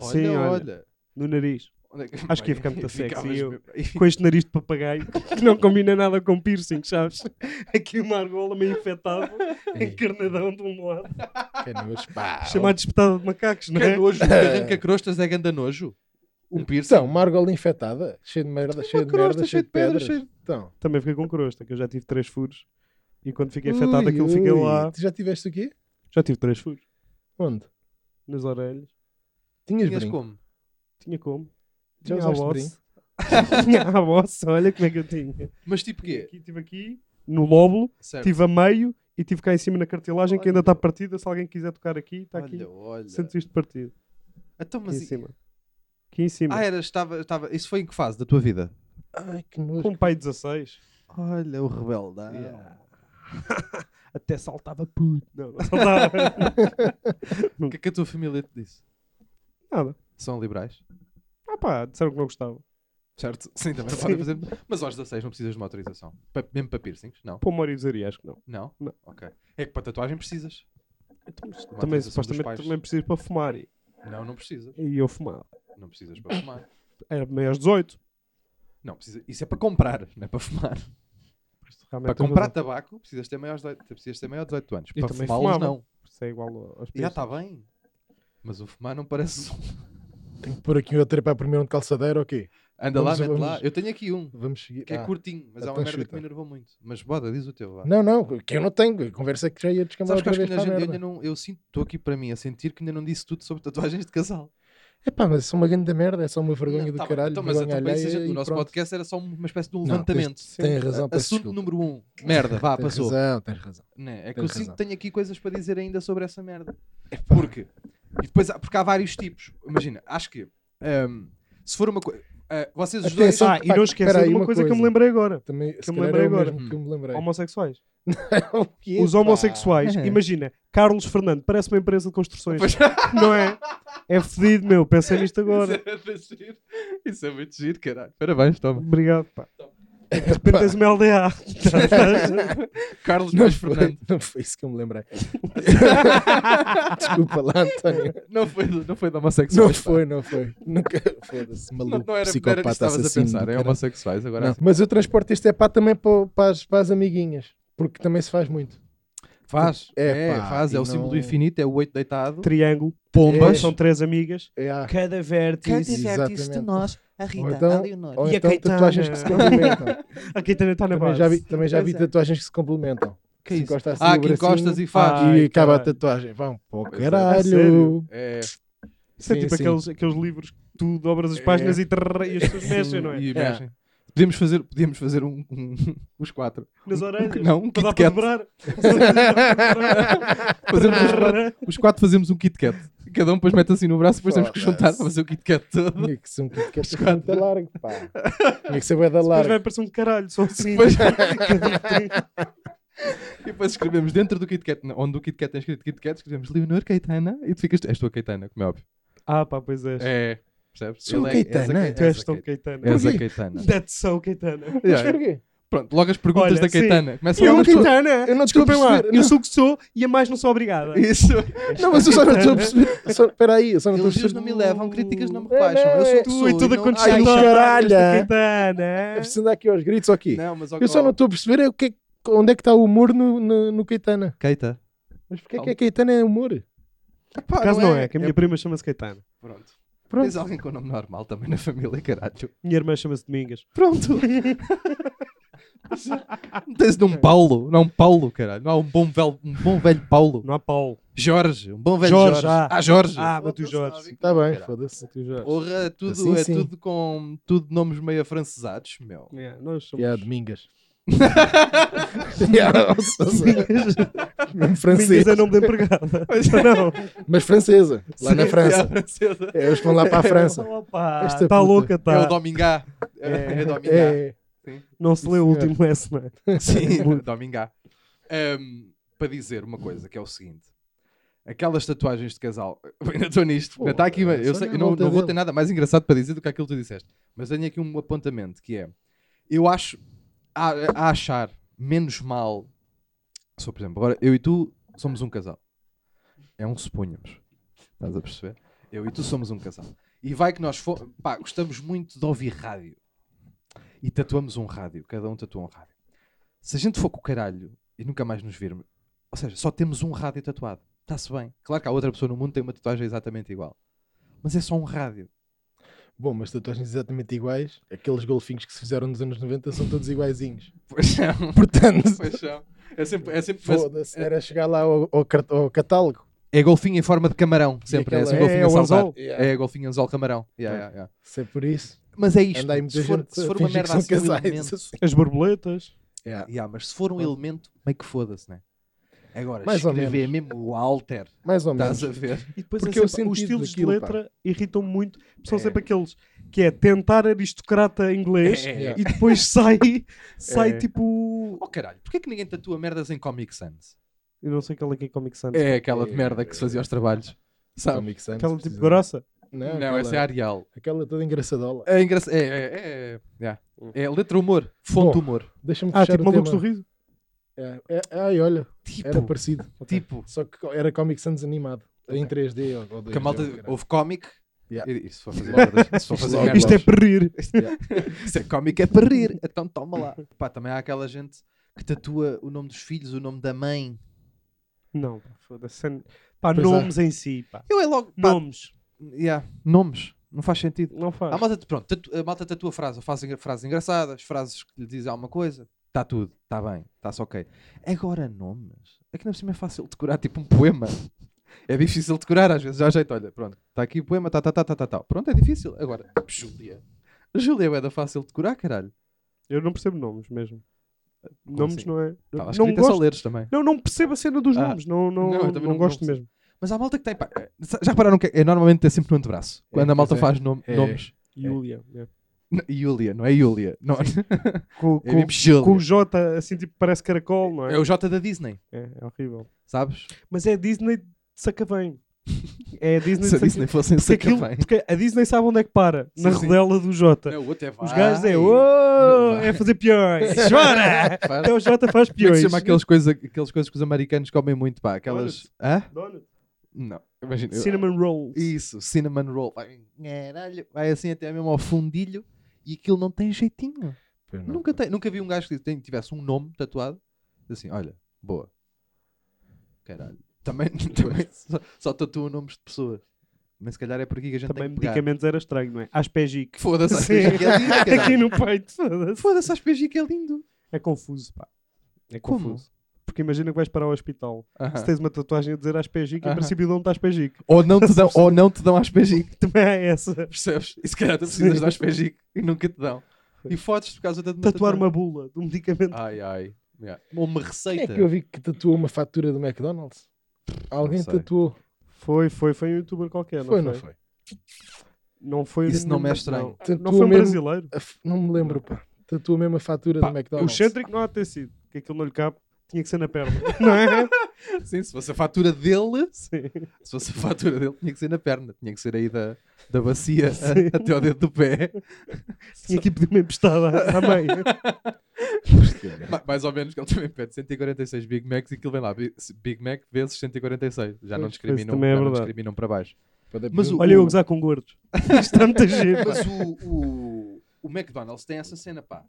S1: Olha,
S3: Sim, olha.
S1: olha.
S3: No nariz.
S1: Onde é
S3: Acho que ia ficar muito sexy,
S1: Ficavas
S3: eu.
S1: mesmo-
S3: Com este nariz de papagaio que não combina nada com piercing, sabes? Aqui uma argola meio infetada,
S1: É.
S3: encarnadão de um lado.
S2: Que nojo, pá.
S1: Ah,
S3: Chamado de espetada de macacos, não
S1: Que
S3: é?
S1: nojo. Arranca crostas é ganda nojo. Um piercing.
S2: Então, uma argola infectada, cheia de merda, cheia de
S1: crosta,
S2: merda, cheia de pedras. Então,
S3: Também fiquei com crosta, que eu já tive três furos. E quando fiquei
S2: Ui,
S3: afetado, aquilo fiquei
S2: ui.
S3: lá.
S2: Tu já tiveste o quê?
S3: Já tive três furos.
S2: Onde?
S3: Nas orelhas.
S2: Tinhas,
S1: Tinhas
S2: brinco?
S1: como?
S3: Tinha como?
S2: Já
S3: Tinha a
S2: usaste
S3: vossa. Tinha a vossa, olha como é que eu tinha.
S1: Mas tipo quê?
S3: Aqui, tive aqui, no lóbulo.
S1: Certo.
S3: Tive a meio e tive cá em cima na cartilagem que ainda
S1: Olha.
S3: está partida. Se alguém quiser tocar aqui, está tá aqui.
S1: Olha, olha.
S3: Sentes isto partido.
S1: Então,
S3: Aqui em
S1: mas. e-
S3: cima. Aqui em cima.
S1: Ah, era, estava, estava. Isso foi em que fase da tua vida?
S2: Ai, que
S1: é?
S2: nojo.
S3: Com um pai de 16.
S1: Olha, o rebelde. ah.
S3: Até saltava puto. Não, não saltava.
S1: O que é que a tua família te disse?
S3: Nada.
S1: São liberais?
S3: Ah pá, disseram que não gostava.
S1: Certo? Sim, também não podem fazer. Mas aos 16 não precisas de uma autorização. Pa- mesmo para piercings? Não.
S3: Para o Mário usaria, acho que não.
S1: Não?
S3: Não.
S1: Ok. É que para tatuagem precisas. Uma autorização
S3: também
S1: dos
S3: supostamente
S1: pais.
S3: também precisas para fumar. E,
S1: Não, não precisas.
S3: e eu fumava.
S1: Não precisas para fumar.
S3: Era meio aos 18.
S1: Não, precisa... isso é para comprar, não é para fumar.
S3: Realmente
S1: Para
S3: tens
S1: comprar
S3: razão.
S1: tabaco, precisas ter maior de 18, precisas ter maior de 18 anos.
S3: Eu
S1: para
S3: também
S1: fumá-los,
S3: fumava.
S1: não.
S3: Isso é igual ao- aos
S1: Já tá. está
S3: piercings.
S1: bem. Mas o fumar não parece. um-
S2: Tenho que pôr aqui outra para primeiro um de calçadeiro, ok?
S1: Anda lá,
S2: Vamos-
S1: mete lá.
S2: vamos-
S1: Eu tenho aqui um,
S2: Vamos seguir.
S1: que é
S2: Ah.
S1: curtinho, mas é uma
S2: então
S1: merda que
S2: chuta.
S1: me enervou muito. Mas boda, diz o teu, vá.
S2: Não, não, que eu não tenho. A conversa é que já ia descambar
S1: Sabes que
S2: outra
S1: acho que
S2: vez
S1: ainda,
S2: para a
S1: eu
S2: merda.
S1: ainda não. Eu sinto, estou aqui para mim a sentir que ainda não disse tudo sobre tatuagens de casal.
S2: Epá, mas são uma grande merda, é só uma vergonha
S1: Não,
S2: do
S1: tá bem,
S2: caralho.
S1: Então, mas
S2: vergonha
S1: então, para isso, a
S2: alheia
S1: gente- o
S2: e
S1: nosso
S2: pronto.
S1: podcast era só uma espécie de um
S2: Não,
S1: levantamento.
S2: Tem razão, peço
S1: Assunto
S2: desculpa.
S1: número um. Merda, vá,
S2: Tens
S1: passou.
S2: razão, tens razão.
S1: Né, É que
S2: Tens
S1: eu sinto
S2: razão. É
S1: que tenho aqui coisas para dizer ainda sobre essa merda. Porque, e depois, há- porque há vários tipos. Imagina, acho que ehm, se for uma coisa. vocês os dois.
S2: Atenção.
S3: Ah, e não esquecer
S2: Peraí,
S3: de uma
S2: uma
S3: coisa, que eu me
S2: coisa.
S3: lembrei agora.
S2: Também, se
S3: me
S2: calhar
S3: lembrei
S2: é o
S3: agora.
S2: mesmo que eu me lembrei.
S1: Hum.
S3: Homossexuais.
S2: O quê,
S3: Os
S2: pá?
S3: homossexuais,
S5: É.
S3: imagina, Carlos Fernando, parece uma empresa de construções. Não é? É fedido, meu. Pensei nisto agora.
S1: Isso é, giro. Isso é muito giro, caralho. Parabéns, toma.
S3: Obrigado, pá. De repente tens uma LDA.
S1: Carlos
S2: Não
S1: Luís
S2: foi,
S1: Fernando.
S2: não foi isso que eu me lembrei. Desculpa lá, António.
S1: Não foi, não foi de homossexuais.
S2: Não
S1: pá.
S2: foi, não foi. Nunca. Foda-se,
S1: Não,
S2: maluco.
S1: não era, não era disso
S2: psicopata
S1: que estavas a
S2: assassino do
S1: pensar. É
S2: caralho.
S1: homossexuais. Agora
S2: Não,
S1: assim.
S2: Mas eu transporto este é pá também para, para, as, para as amiguinhas. Porque também se faz muito.
S1: Faz. É,
S2: É, pá,
S1: faz. É
S2: e
S1: o símbolo do
S2: não-
S1: infinito, é o oito deitado. É.
S3: Triângulo.
S1: Um,
S3: É,
S2: Pois.
S3: São três amigas.
S2: É, há-
S3: Cada
S5: Quem
S3: vértice.
S5: tiver isso de
S2: Exatamente.
S5: nós, a
S2: Ou
S5: Rita,
S2: então-
S5: a Leonor.
S2: Ou
S3: E a
S2: então
S3: Caetana?
S2: tatuagens que se complementam.
S3: Aqui também está na
S2: também
S3: base.
S2: já vi, também já
S5: Pois
S2: vi
S5: é.
S2: tatuagens que se complementam.
S1: Que
S2: Se
S1: é isso?
S2: encosta assim
S1: Ah,
S2: o
S1: que
S2: bracinho
S1: encostas e
S3: Ah,
S1: faz.
S2: E
S3: Ai,
S2: acaba a
S3: caralho.
S2: tatuagem. Vão, pô,
S1: Pois é.
S3: A sério?
S2: caralho.
S1: É,
S3: Isso é
S2: Sim,
S3: tipo
S2: sim.
S3: aqueles, aqueles livros que tu dobras as
S1: É.
S3: páginas e, trrr, e as pessoas mexem, não é?
S1: E mexem. Podíamos fazer, podíamos fazer um, um- os quatro.
S3: Nas orelhas.
S1: Não, um
S3: Para dar
S1: Kit
S3: para
S1: Kat.
S3: dobrar.
S1: Fazemos os, quatro, os quatro fazemos um Kit Kat. Cada um depois mete assim no braço e depois temos que juntar para fazer o Kit Kat todo.
S2: Tinha que ser um bocadinho muito largo, pá. Tinha que ser bué da
S3: Depois vai
S2: largo.
S3: parecer um caralho, só assim.
S1: Depois-
S2: é.
S3: Cada-
S1: E depois escrevemos dentro do Kit Kat, onde o Kit Kat tem escrito Kit Kat, escrevemos Leonor Caetana e tu ficas. És tu a Caetana, como é óbvio.
S3: ah pá, pois és.
S1: É, percebes?
S2: Sou
S1: Ele é-
S2: Caetana?
S1: és a Cae-
S3: Tu és
S1: és a
S3: tão
S1: Cae-
S3: Caetano.
S1: És a
S2: Porquê?
S1: Caetana.
S3: That's so Caetano.
S2: Mas
S1: Yeah. é.
S2: porquê?
S1: Pronto, logo as perguntas
S3: Olha,
S1: da
S3: sim.
S1: Caetana. Começa
S2: Eu
S1: logo
S2: não
S1: as tuas-
S3: Caetana.
S2: eu não estou a
S3: Desculpem lá,
S2: perceber,
S3: eu
S2: não.
S3: sou o que sou e a mais não sou obrigada.
S1: Isso.
S2: Não, mas eu só não estou a perceber. Só, espera aí, eu só não estou a
S1: Elogios
S2: perceber.
S1: não me levam, críticas não me
S2: É,
S1: rebaixam.
S2: não,
S1: Eu sou
S2: é-
S1: tu e
S3: tudo a
S1: toda
S3: contestar.
S2: Ai,
S3: toda a
S2: caralho.
S3: esta
S2: É
S3: Caetana.
S2: preciso andar aqui aos gritos, ok.
S1: Não, mas ó,
S2: Eu só
S1: ó,
S2: não estou a perceber é o que é que- onde é que está o humor no, no, no Caetana.
S1: Keita.
S2: Mas porquê é que a Caetana é humor?
S3: Por acaso não é, que a minha prima chama-se Caetano.
S1: Pronto.
S2: Pronto.
S1: Tens alguém com nome normal também na família, caralho.
S3: Minha irmã chama-se Domingas.
S1: Pronto. Não tens de um Paulo? Não há um Paulo, caralho. Não há um bom velho, um bom velho Paulo.
S3: Não há Paulo.
S1: Jorge, um bom velho
S3: Jorge,
S1: Jorge.
S3: ah.
S1: Ah, Jorge.
S3: Ah, mas tu Jorge.
S2: Está Tá bem,
S1: Caralho.
S2: foda-se. tu já-
S1: Porra, é tudo,
S2: Assim
S1: é
S2: sim.
S1: tudo com tudo nomes meio afrancesados, meu.
S3: Yeah, É, nós somos...
S2: Yeah, Domingas. yeah, mesmo francês. é.
S3: Minhas é nome de empregada. não.
S2: Mas francesa, lá na
S1: Sim, É, a
S2: França.
S1: francesa.
S2: É, Eles vão lá para a França.
S3: Opa,
S2: Esta
S3: tá
S2: puta.
S3: louca,
S1: É o
S3: tá.
S1: Domingá. É, é Domingá.
S2: É,
S3: Não se lê o
S2: Senhor.
S3: último S, não é?
S1: Sim, Domingá. Ahm, para dizer uma coisa, que é o seguinte. Aquelas tatuagens de casal. Eu ainda estou nisto. ainda está aqui,
S2: Porra,
S1: eu
S2: só
S1: sei-
S2: na
S1: eu não,
S2: volta
S1: não vou
S2: dele.
S1: ter nada mais engraçado para dizer do que aquilo que tu disseste. Mas tenho aqui um apontamento, que é... Eu acho... A, a achar menos mal... Sou, por exemplo, agora eu e tu somos um casal. É um suponhamos. Estás a perceber? Eu e tu somos um casal. E vai que nós fomos... Pá, gostamos muito de ouvir rádio. E tatuamos um rádio. Cada um tatua um rádio. Se a gente for com o caralho e nunca mais nos virmos, ou seja, só temos um rádio tatuado. Está-se bem. Claro que há outra pessoa no mundo que tem uma tatuagem exatamente igual. Mas é só um rádio.
S2: Bom, mas tatuagens exatamente iguais, aqueles golfinhos que se fizeram nos anos 90 são todos iguaizinhos.
S1: Pois não.
S2: Portanto,
S1: Pois não. É sempre. É, sempre mas
S2: foda-se, era chegar lá ao, ao car- ao catálogo.
S1: é golfinho em forma de camarão. Sempre.
S2: aquela-
S1: É, sempre
S2: É,
S1: golfinho
S3: é o
S1: a saltar.
S3: anzol.
S2: Yeah.
S1: É golfinho anzol camarão. Yeah,
S2: É.
S1: yeah, yeah.
S2: Se é por isso,
S1: Mas é isto.
S2: anda aí muita
S1: Se for,
S2: gente
S1: se
S2: a
S1: for uma
S2: fingir
S1: merda assim,
S2: que
S1: um
S2: são casais.
S1: elemento,
S3: As borboletas.
S2: Yeah.
S1: Yeah, mas se for um
S2: Ah.
S1: elemento, meio que foda-se, né? Agora,
S2: Mais ou
S1: escrever mesmo o alter.
S2: Mais ou menos.
S1: Estás a ver?
S3: E depois
S2: Porque
S3: é
S2: é o
S3: sempre, os
S2: sentido
S3: estilos de
S2: daquilo,
S3: letra irritam muito. São
S2: É.
S3: sempre aqueles que é tentar aristocrata inglês
S1: É.
S3: e depois sai, sai
S2: É.
S3: tipo.
S1: Oh caralho, porquê que ninguém tatua merdas em Comic Sans?
S3: Eu não sei qual é que é Comic Sans.
S1: É aquela de
S2: É,
S1: merda que se fazia aos trabalhos. Sabe?
S2: Comic Sans,
S3: Aquela tipo
S2: precisa.
S3: grossa.
S2: Não,
S1: Tá. Não,
S2: aquela,
S1: essa é a Arial.
S2: aquela toda engraçadola.
S1: É engraçado. É, é, é, yeah. é letra humor, fonte
S2: Bom.
S1: humor.
S2: Deixa-me
S3: Ah,
S2: fechar
S3: tipo
S2: o tema.
S3: malucos do riso.
S2: É, é, ai, olha,
S1: Tipo,
S2: era parecido.
S1: tipo.
S2: Só que co- era Comic Sans animado. Em 3D ou, ou 2D.
S1: Que a malta
S2: ou caralho.
S1: houve cómic.
S2: Yeah.
S1: E- e se for fazer merdas, se for fazer
S2: Isto
S1: merdas,
S3: Isto é para rir.
S1: se é cómico é para rir. Então toma lá. Pá, também há aquela gente que tatua o nome dos filhos, o nome da mãe.
S3: Não, pá, foda-se. Pá,
S2: Pois é.
S3: nomes em si, pá.
S1: Eu é logo. Pá,
S3: Nomes.
S1: yeah, nomes. Não faz sentido.
S3: Não faz.
S1: A malta, pronto, tatu- a malta tatua frase, faz engra- frases engraçadas, frases que lhe dizem alguma coisa. Está tudo, está bem, está-se ok. Agora nomes. Aqui na cima é fácil decorar, tipo um poema. É difícil decorar às vezes, já jeito, olha, pronto, está aqui o poema, tá, tá, tá, tá, tá, tá. Pronto, é difícil. Agora, Júlia. Júlia é da fácil de decorar, caralho.
S3: Eu não percebo nomes mesmo.
S1: Como
S3: nomes
S1: assim?
S3: não é.
S1: Tá,
S3: não
S1: acho
S3: não
S1: que é só
S3: gosto.
S1: leres também.
S3: Não, não percebo a cena dos
S1: Ah.
S3: nomes. Não, não,
S1: Não, eu
S3: não,
S1: também não
S3: gosto
S1: gosto.
S3: mesmo.
S1: Mas há malta que tem, pá, eh, já repararam que é normalmente é sempre no antebraço.
S2: É,
S1: Quando a malta
S2: pois é.
S1: faz nom-
S2: É.
S1: nomes.
S3: Júlia. é.
S1: N- Júlia, não é Júlia. Não,
S3: Com,
S1: é
S3: com-
S1: mesmo Júlia.
S3: com o J, assim, tipo, parece caracol, não é?
S1: É o J da Disney,
S3: É, é horrível.
S1: sabes?
S3: Mas é a Disney de saca bem. É a
S1: Se
S3: Disney
S1: a
S3: de saca
S1: Disney fosse em
S3: porque, aquilo-
S1: Sacavém.
S3: porque a Disney sabe onde é que para.
S1: Sim,
S3: na
S1: sim.
S3: rodela do Jota.
S1: Não, o outro é
S3: Os gajos é,
S1: vai.
S3: oh,
S1: Vai.
S3: é fazer peões. Chora!
S1: Faz-
S3: Até o Jota faz
S1: Como é que
S3: peões.
S1: se chama aquelas coisas, aquelas coisas que os americanos comem muito, pá? Aquelas. Hã?
S3: Donut.
S1: Não. Imagina. eu-
S3: Cinnamon Rolls.
S1: Isso, cinnamon roll. Vai, caralho, vai assim até mesmo ao fundilho e aquilo não tem jeitinho.
S2: Pois não.
S1: Nunca, tem, nunca vi um gajo que tem- tivesse um nome tatuado. Diz Assim, olha, boa. Caralho. Também, também só, só tatua nomes de pessoas. Mas se calhar é por aqui que a gente
S3: Também
S1: tem que pegar.
S3: medicamentos era estranho, não é? Às pejic.
S1: Foda-se, acho que
S3: Sim.
S1: é lindo,
S3: Aqui
S1: caralho.
S3: no peito. foda-se.
S1: Foda-se, acho que é lindo.
S3: É confuso, pá. É
S1: Como? Ah.
S3: confuso. Porque imagina que vais para o hospital.
S1: Aham.
S3: Se tens uma tatuagem a dizer às pejic, em
S1: Aham.
S3: princípio não estás pejic.
S1: Ou não te dão, ou não te dão às beijinhos.
S3: Também é essa.
S1: Percebes? E se calhar tu precisas de aspergic e nunca te dão. E fotos por causa de uma
S3: Tatuar
S1: tatuagem.
S3: uma bula de um medicamento.
S1: Ai, ai. Yeah. Ou uma
S2: Quem
S1: receita.
S2: é que eu vi que tatuou uma fatura do McDonald's? Alguém
S1: sei.
S2: tatuou.
S3: Foi, foi, foi um youtuber qualquer, não
S2: foi,
S3: foi?
S2: não foi?
S3: Não foi
S1: Isso não me é
S3: não-
S1: estranho.
S3: Não,
S2: Tatuou
S3: foi um
S2: mesmo-
S3: brasileiro.
S2: A f- Não me lembro, pá. Tatuou mesmo a fatura
S1: Pá,
S2: do
S3: O
S2: McDonald's.
S3: Centric não há de ter sido. Que aquilo não lhe cabe. Tinha que ser na perna. não é?
S1: Sim, se fosse a fatura dele,
S3: Sim.
S1: se fosse a fatura dele, tinha que ser na perna. Tinha que ser aí da, da bacia a- até ao dedo do pé.
S3: Tinha que pedir uma emprestada à à mãe.
S1: Ma- Mais ou menos que ele também pede 146 Big Macs e aquilo vem lá. Bi- Big Mac vezes 146. Já não
S3: Pois, isso
S1: discriminam,
S3: também é
S1: já não
S3: verdade. é
S1: discriminam para baixo.
S2: Pode-
S1: Mas o-
S3: Olha eu a gozar com gordos. Isto está muita gente.
S1: Mas o, o, o McDonald's tem essa cena, pá.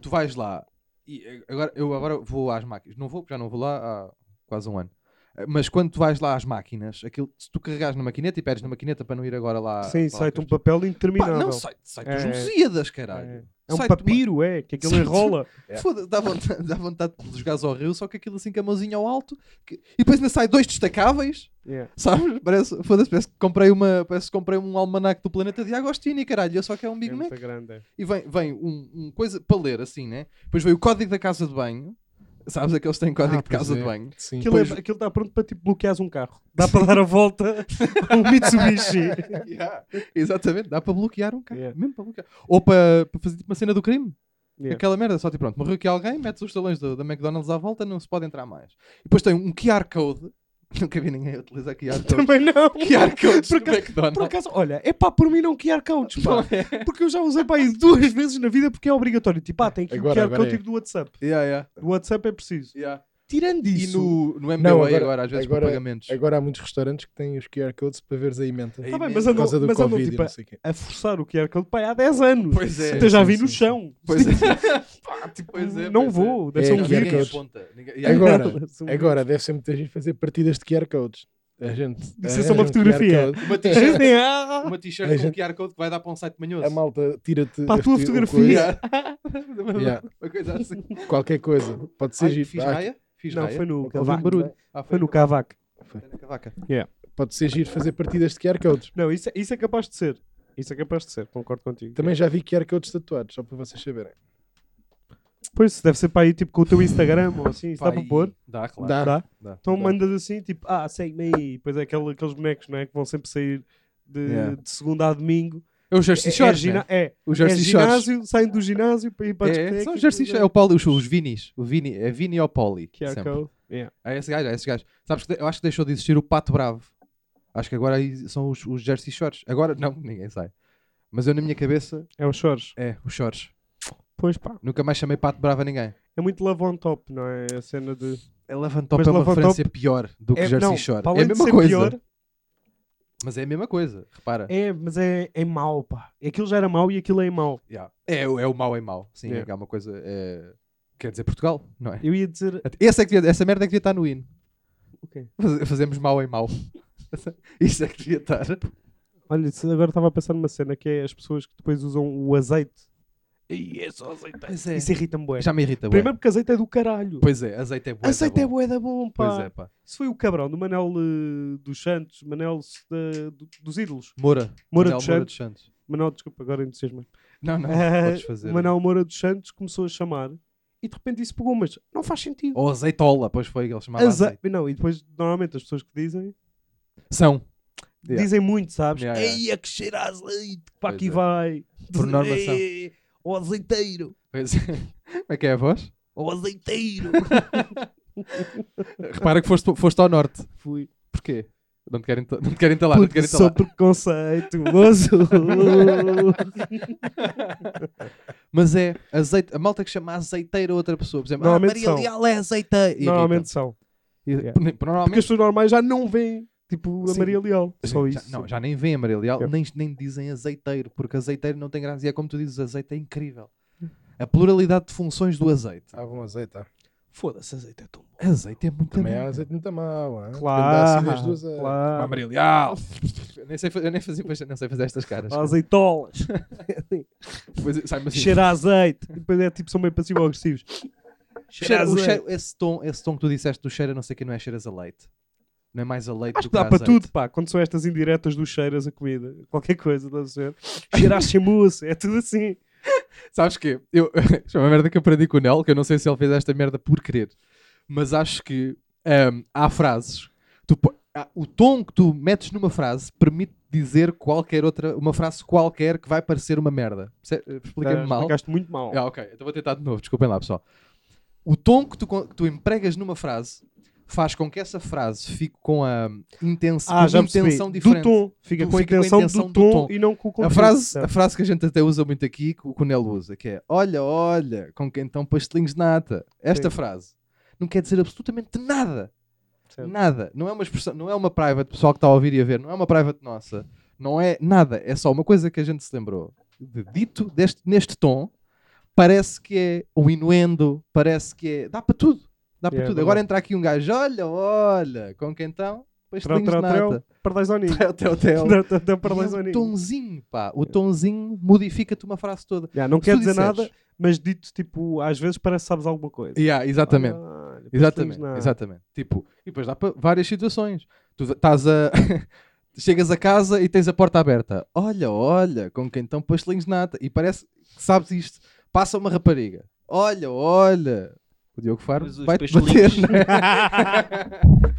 S1: Tu vais lá e eh, agora, eu agora vou às máquinas. Não vou, porque já não vou lá há quase um ano. Eh, Mas quando tu vais lá às máquinas, aquilo, se tu carregares na maquineta e pedes na maquineta para não ir agora lá.
S3: Sim,
S1: lá
S3: sai-te um
S1: coisa-
S3: papel
S1: Pá,
S3: interminável.
S1: não, sai-te sai
S3: É.
S1: os Lusíadas, caralho.
S3: É. É um
S1: Sai-te uma-
S3: papiro, é, que aquilo
S1: Sai-te-
S3: enrola.
S1: Foda-se, dá vontade, dá vontade de jogares ao rio, só que aquilo assim com a mãozinha ao alto. que- E depois ainda sai dois destacáveis,
S3: Yeah.
S1: sabes? Parece, foda-se, parece que comprei uma, parece que comprei um almanac do planeta de Agostini, caralho, só que é um Big
S3: É
S1: Mac.
S3: muito grande. é.
S1: E vem, vem um, um coisa para ler assim, né? Depois veio o código da casa de banho. Sabes aqueles que têm código
S2: Ah,
S1: de
S2: pois
S1: casa de
S2: é.
S1: banho.
S2: Sim.
S3: Aquilo
S1: Pois-
S3: está pronto para tipo bloqueares um carro. Dá para dar a volta a um Mitsubishi.
S1: Yeah, Exatamente, dá para bloquear um carro.
S3: Yeah.
S1: Mesmo para bloquear. Ou para, para fazer tipo uma cena do crime.
S3: Yeah.
S1: Aquela merda, só tipo, pronto, morreu aqui alguém, metes os talões da, da McDonald's à volta, não se pode entrar mais. E depois tem um QR Code. Nunca vi ninguém utilizar QR Code.
S3: Também não.
S1: QR Codes do
S3: Por acaso- Por
S1: McDonald's.
S3: acaso, olha, é pá, por mim não é. QR codes, pá.
S2: é?
S3: Porque eu já usei pá aí duas vezes na vida porque é obrigatório. Tipo, ah, tem que
S2: Agora,
S3: QR
S2: agora
S3: code
S2: é.
S3: tipo do WhatsApp.
S1: Yeah, yeah,
S3: Do WhatsApp é preciso.
S1: yeah.
S3: Tirando
S1: E
S3: isso.
S1: no, no MBA
S2: Não,
S1: agora,
S2: agora-
S1: às vezes,
S2: agora-
S1: para
S2: é
S1: pagamentos.
S2: Agora há muitos restaurantes que têm os QR codes para veres a emenda.
S1: É
S3: Tá bem,
S1: imenso.
S3: mas
S2: Por
S3: andam,
S2: causa do
S3: mas andam
S2: Covid e
S3: tipo,
S2: não
S3: a,
S2: sei o quê.
S3: a forçar o QR Code pai, há 10 anos.
S1: Pois é.
S3: Então já
S2: Sim,
S3: vi
S2: sim,
S3: no
S2: sim.
S3: chão.
S1: Pois é. Pá, tipo, pois é,
S3: não
S1: pois
S3: vou,
S1: é.
S3: deve
S2: É,
S3: ser um
S2: QR
S1: Ninguém
S2: codes.
S3: vírus.
S1: aponta. Ninguém- yeah,
S2: Agora,
S3: Deve ser um
S2: agora deve ser muita gente fazer partidas de QR codes. A gente.
S3: Isso é só
S2: arranja
S3: uma
S2: um
S3: fotografia.
S2: QR code,
S1: Uma
S3: vírus.
S1: t-shirt uma t-shirt
S2: A
S1: com
S2: gente-
S1: QR Code que vai dar para um site
S3: É
S1: manhoso.
S2: A malta tira-te.
S3: Para a tua
S2: fo- o
S3: fotografia.
S1: Yeah.
S2: Yeah.
S1: Uma coisa assim.
S2: coisa. Qualquer coisa. Pode ser
S1: Ai,
S2: giro.
S1: fiz
S2: Ah,
S1: raia? Fiz
S3: Não,
S1: raia?
S3: foi no
S2: Houve um
S3: cavaco.
S2: barulho.
S1: Ah,
S3: Foi no cavaco.
S1: Foi na cavaca.
S2: Pode ser giro fazer partidas de QR codes.
S3: Não, isso, é- isso é capaz de ser. Isso é capaz de ser, concordo contigo.
S2: Também já vi QR codes tatuados, só para vocês saberem.
S3: Pois, deve ser para aí tipo com o teu Instagram ou assim, isso dá
S1: Pá,
S3: para
S1: e-
S3: pôr.
S1: Dá, claro.
S2: Dá.
S3: Dá.
S1: Dá.
S3: Então
S2: Dá.
S3: mandas assim, tipo, ah, segue-me aí. Depois é aquele, aqueles bonecos, não é? Que vão sempre sair de,
S1: Yeah.
S3: de segunda a domingo.
S1: É o Jersey
S3: é, é,
S1: Shores,
S3: gina-
S1: né?
S3: é,
S1: O
S3: é
S1: Jersey Shores.
S3: ginásio, saem do ginásio para ir para a
S1: É, são
S3: discoteca,
S1: os Jersey
S3: tudo
S1: Shores. É o Paulo, os, os Vinis. O Vini, é Vini ou Poli.
S3: bem. QR
S1: sempre.
S3: Code. Yeah.
S1: É esse gajo, é esse gajo. Sabes que de- eu acho que deixou de existir o Pato Bravo. Acho que agora aí são os, os Jersey Shores. Agora não, ninguém sai. Mas eu na minha cabeça
S3: É os Shores.
S1: é os Shores.
S3: Pois pá,
S1: Nunca mais chamei Pato Bravo a ninguém.
S3: é muito love on top, não é? A cena de.
S1: É levantou
S3: Mas
S1: para uma
S3: Love on Top-
S1: referência pior do que
S3: é,
S1: Jersey
S3: não,
S1: Shore.
S3: para
S1: É
S3: além
S1: a
S3: de
S1: mesma
S3: ser
S1: coisa.
S3: pior,
S1: Mas é a mesma coisa, repara.
S3: é, mas é, é mau, pá. Aquilo já era mau e aquilo é mau.
S1: Yeah. É, o- é o mau é mau. Sim,
S3: Yeah.
S1: é uma coisa. é- Quer dizer, Portugal, não é?
S3: Eu ia dizer.
S1: Essa, é que devia- essa merda é que devia estar no hino.
S3: o quê?
S1: Faz- Fazemos mau em mau. Isso é que devia estar.
S3: Olha, isso agora estava a pensar numa cena que é as pessoas que depois usam o azeite. E é só azeite.
S1: Pois é.
S3: Isso irrita-me bué.
S1: Já me irrita, bué.
S3: Primeiro porque azeite é do caralho.
S1: Pois é, azeite é bué. da
S3: azeite é
S1: bom.
S3: bué da bom, pá.
S1: Pois é, pá.
S3: Isso foi o cabrão do Manel eh, dos Santos, Manel s- da- do- dos Ídolos.
S1: Moura.
S3: Moura
S1: Manuel
S3: dos
S1: Moura
S3: Santos. Manel, desculpa, agora entusiasmo.
S1: Não, não,
S3: Eh,
S1: podes fazer.
S3: o Manel Moura dos Santos começou a chamar e de repente isso pegou, mas não faz sentido.
S1: Ou azeitola, pois foi que ele chamava
S3: Aze-
S1: azeite.
S3: Não, e depois normalmente as pessoas que dizem,
S1: São, Yeah.
S3: dizem muito, sabes?
S1: Yeah, yeah.
S3: Ei, a que cheira a azeite, que para
S1: Pois
S3: aqui
S1: é.
S3: vai.
S1: por norma são.
S3: Ei, É, o azeiteiro,
S1: Pois é. Como é que é a voz?
S3: o azeiteiro.
S1: Repara que foste, foste ao norte.
S3: Fui.
S1: Porquê? Não te querem, ta- não te querem talar, não te
S3: Porque
S1: querem
S3: sou
S1: talar.
S3: preconceituoso.
S1: Mas é, azeite, a malta que chama azeiteira a outra pessoa. Por exemplo, ah,
S3: Normalmente
S1: Maria
S3: são.
S1: Leal é azeiteira. Irrita.
S3: Normalmente são.
S1: E-
S3: Yeah.
S1: por- por-
S3: Porque as
S1: Normalmente.
S3: pessoas normais já não veem, tipo, a
S2: Sim.
S3: Maria Leal. Só
S1: já,
S3: isso.
S1: não, já nem vêem a Maria Leal,
S3: Yeah.
S1: nem, nem dizem azeiteiro, porque azeiteiro não tem graça. E é como tu dizes, azeite é incrível. A pluralidade de funções do azeite.
S2: Há bom azeite, há.
S3: Foda-se, azeite é tão bom.
S1: Azeite é muito
S2: Também
S1: bom.
S2: há azeite muito mau. há. assim
S3: Claro,
S2: Depende da acidez do azeite.
S1: Uma
S3: claro.
S1: Maria Leal. Eu nem sei, fa- eu nem fazia, pois, não sei fazer estas caras.
S3: Azeitolas.
S1: Depois sai-me assim.
S3: Cheira a azeite. E Depois é tipo, são meio passivo-agressivos.
S1: Cheira-
S3: a
S1: o
S3: azeite.
S1: cheiro- esse, tom, esse tom que tu disseste do cheiro, eu não sei que não é cheiras a leite. Não é mais a leite
S3: Acho
S1: do
S3: que dá
S1: a
S3: para
S1: azeite.
S3: tudo, pá. Quando são estas indiretas dos cheiras a comida, qualquer coisa, estás a ver? Cheira a chamuça, é tudo assim.
S1: Sabes que eu, isto é uma merda que eu aprendi com o Nel, que eu não sei se ele fez esta merda por querer, mas acho que ahm, há frases. tu po- há- o tom que tu metes numa frase permite dizer qualquer outra, uma frase qualquer que vai parecer uma merda. Perce- Expliquei-me
S3: Ah,
S1: mal.
S3: Explicaste muito mal.
S1: Ah, ok. Então vou tentar de novo. Desculpem lá, pessoal. O tom que tu, con- que tu empregas numa frase faz com que essa frase fique com a intenção,
S3: Ah, já percebi.
S1: intenção diferente.
S3: Do tom. Fica,
S1: Do-
S3: com, a
S1: fica com a
S3: intenção
S1: intenção
S3: do
S1: do
S3: tom,
S1: tom.
S3: e não com o
S1: A
S3: conteúdo.
S1: frase, a
S3: certo?
S1: frase que a gente até usa muito aqui, que o que o Nelo usa, que é olha, olha, com quem estão pastelinhos de nata. Esta
S3: Sim.
S1: frase não quer dizer absolutamente nada.
S3: Certo.
S1: Nada. Não é uma expressão, não é uma private pessoal que está a ouvir e a ver, não é uma private nossa. Não é nada. É só uma coisa que a gente se lembrou. De- dito deste, neste tom, parece que é um inuendo, parece que é. Dá para tudo. Dá para
S3: Yeah, é
S1: tudo. Agora
S3: verdade.
S1: entra aqui um gajo, olha, olha, com quem estão
S3: Trau,
S1: Pastelinhos
S3: trau,
S1: de
S3: trau,
S1: nata.
S3: pardais é ao ninho.
S1: Trau, trau, trau.
S3: Trau, trau, trau,
S1: E
S3: pardais ao
S1: o
S3: ninho.
S1: tonzinho, pá. O tonzinho modifica-te uma frase toda.
S3: Já, não
S1: Se
S3: quer
S1: tu
S3: dizer
S1: disseres-
S3: nada, mas dito tipo, às vezes parece que sabes alguma coisa.
S1: Yeah, exatamente.
S3: Olha, depois
S1: Exatamente,
S3: temos na-
S1: exatamente. Tipo, e depois dá para várias situações. Tu estás a. Chegas a casa e tens a porta aberta. Olha, olha, com quem estão pastelinhos de nata. E parece que sabes isto. Passa uma rapariga. Olha, olha. O Diogo Faro
S4: Mas os
S1: vai-te bater.
S4: pastelinhos-
S1: Né?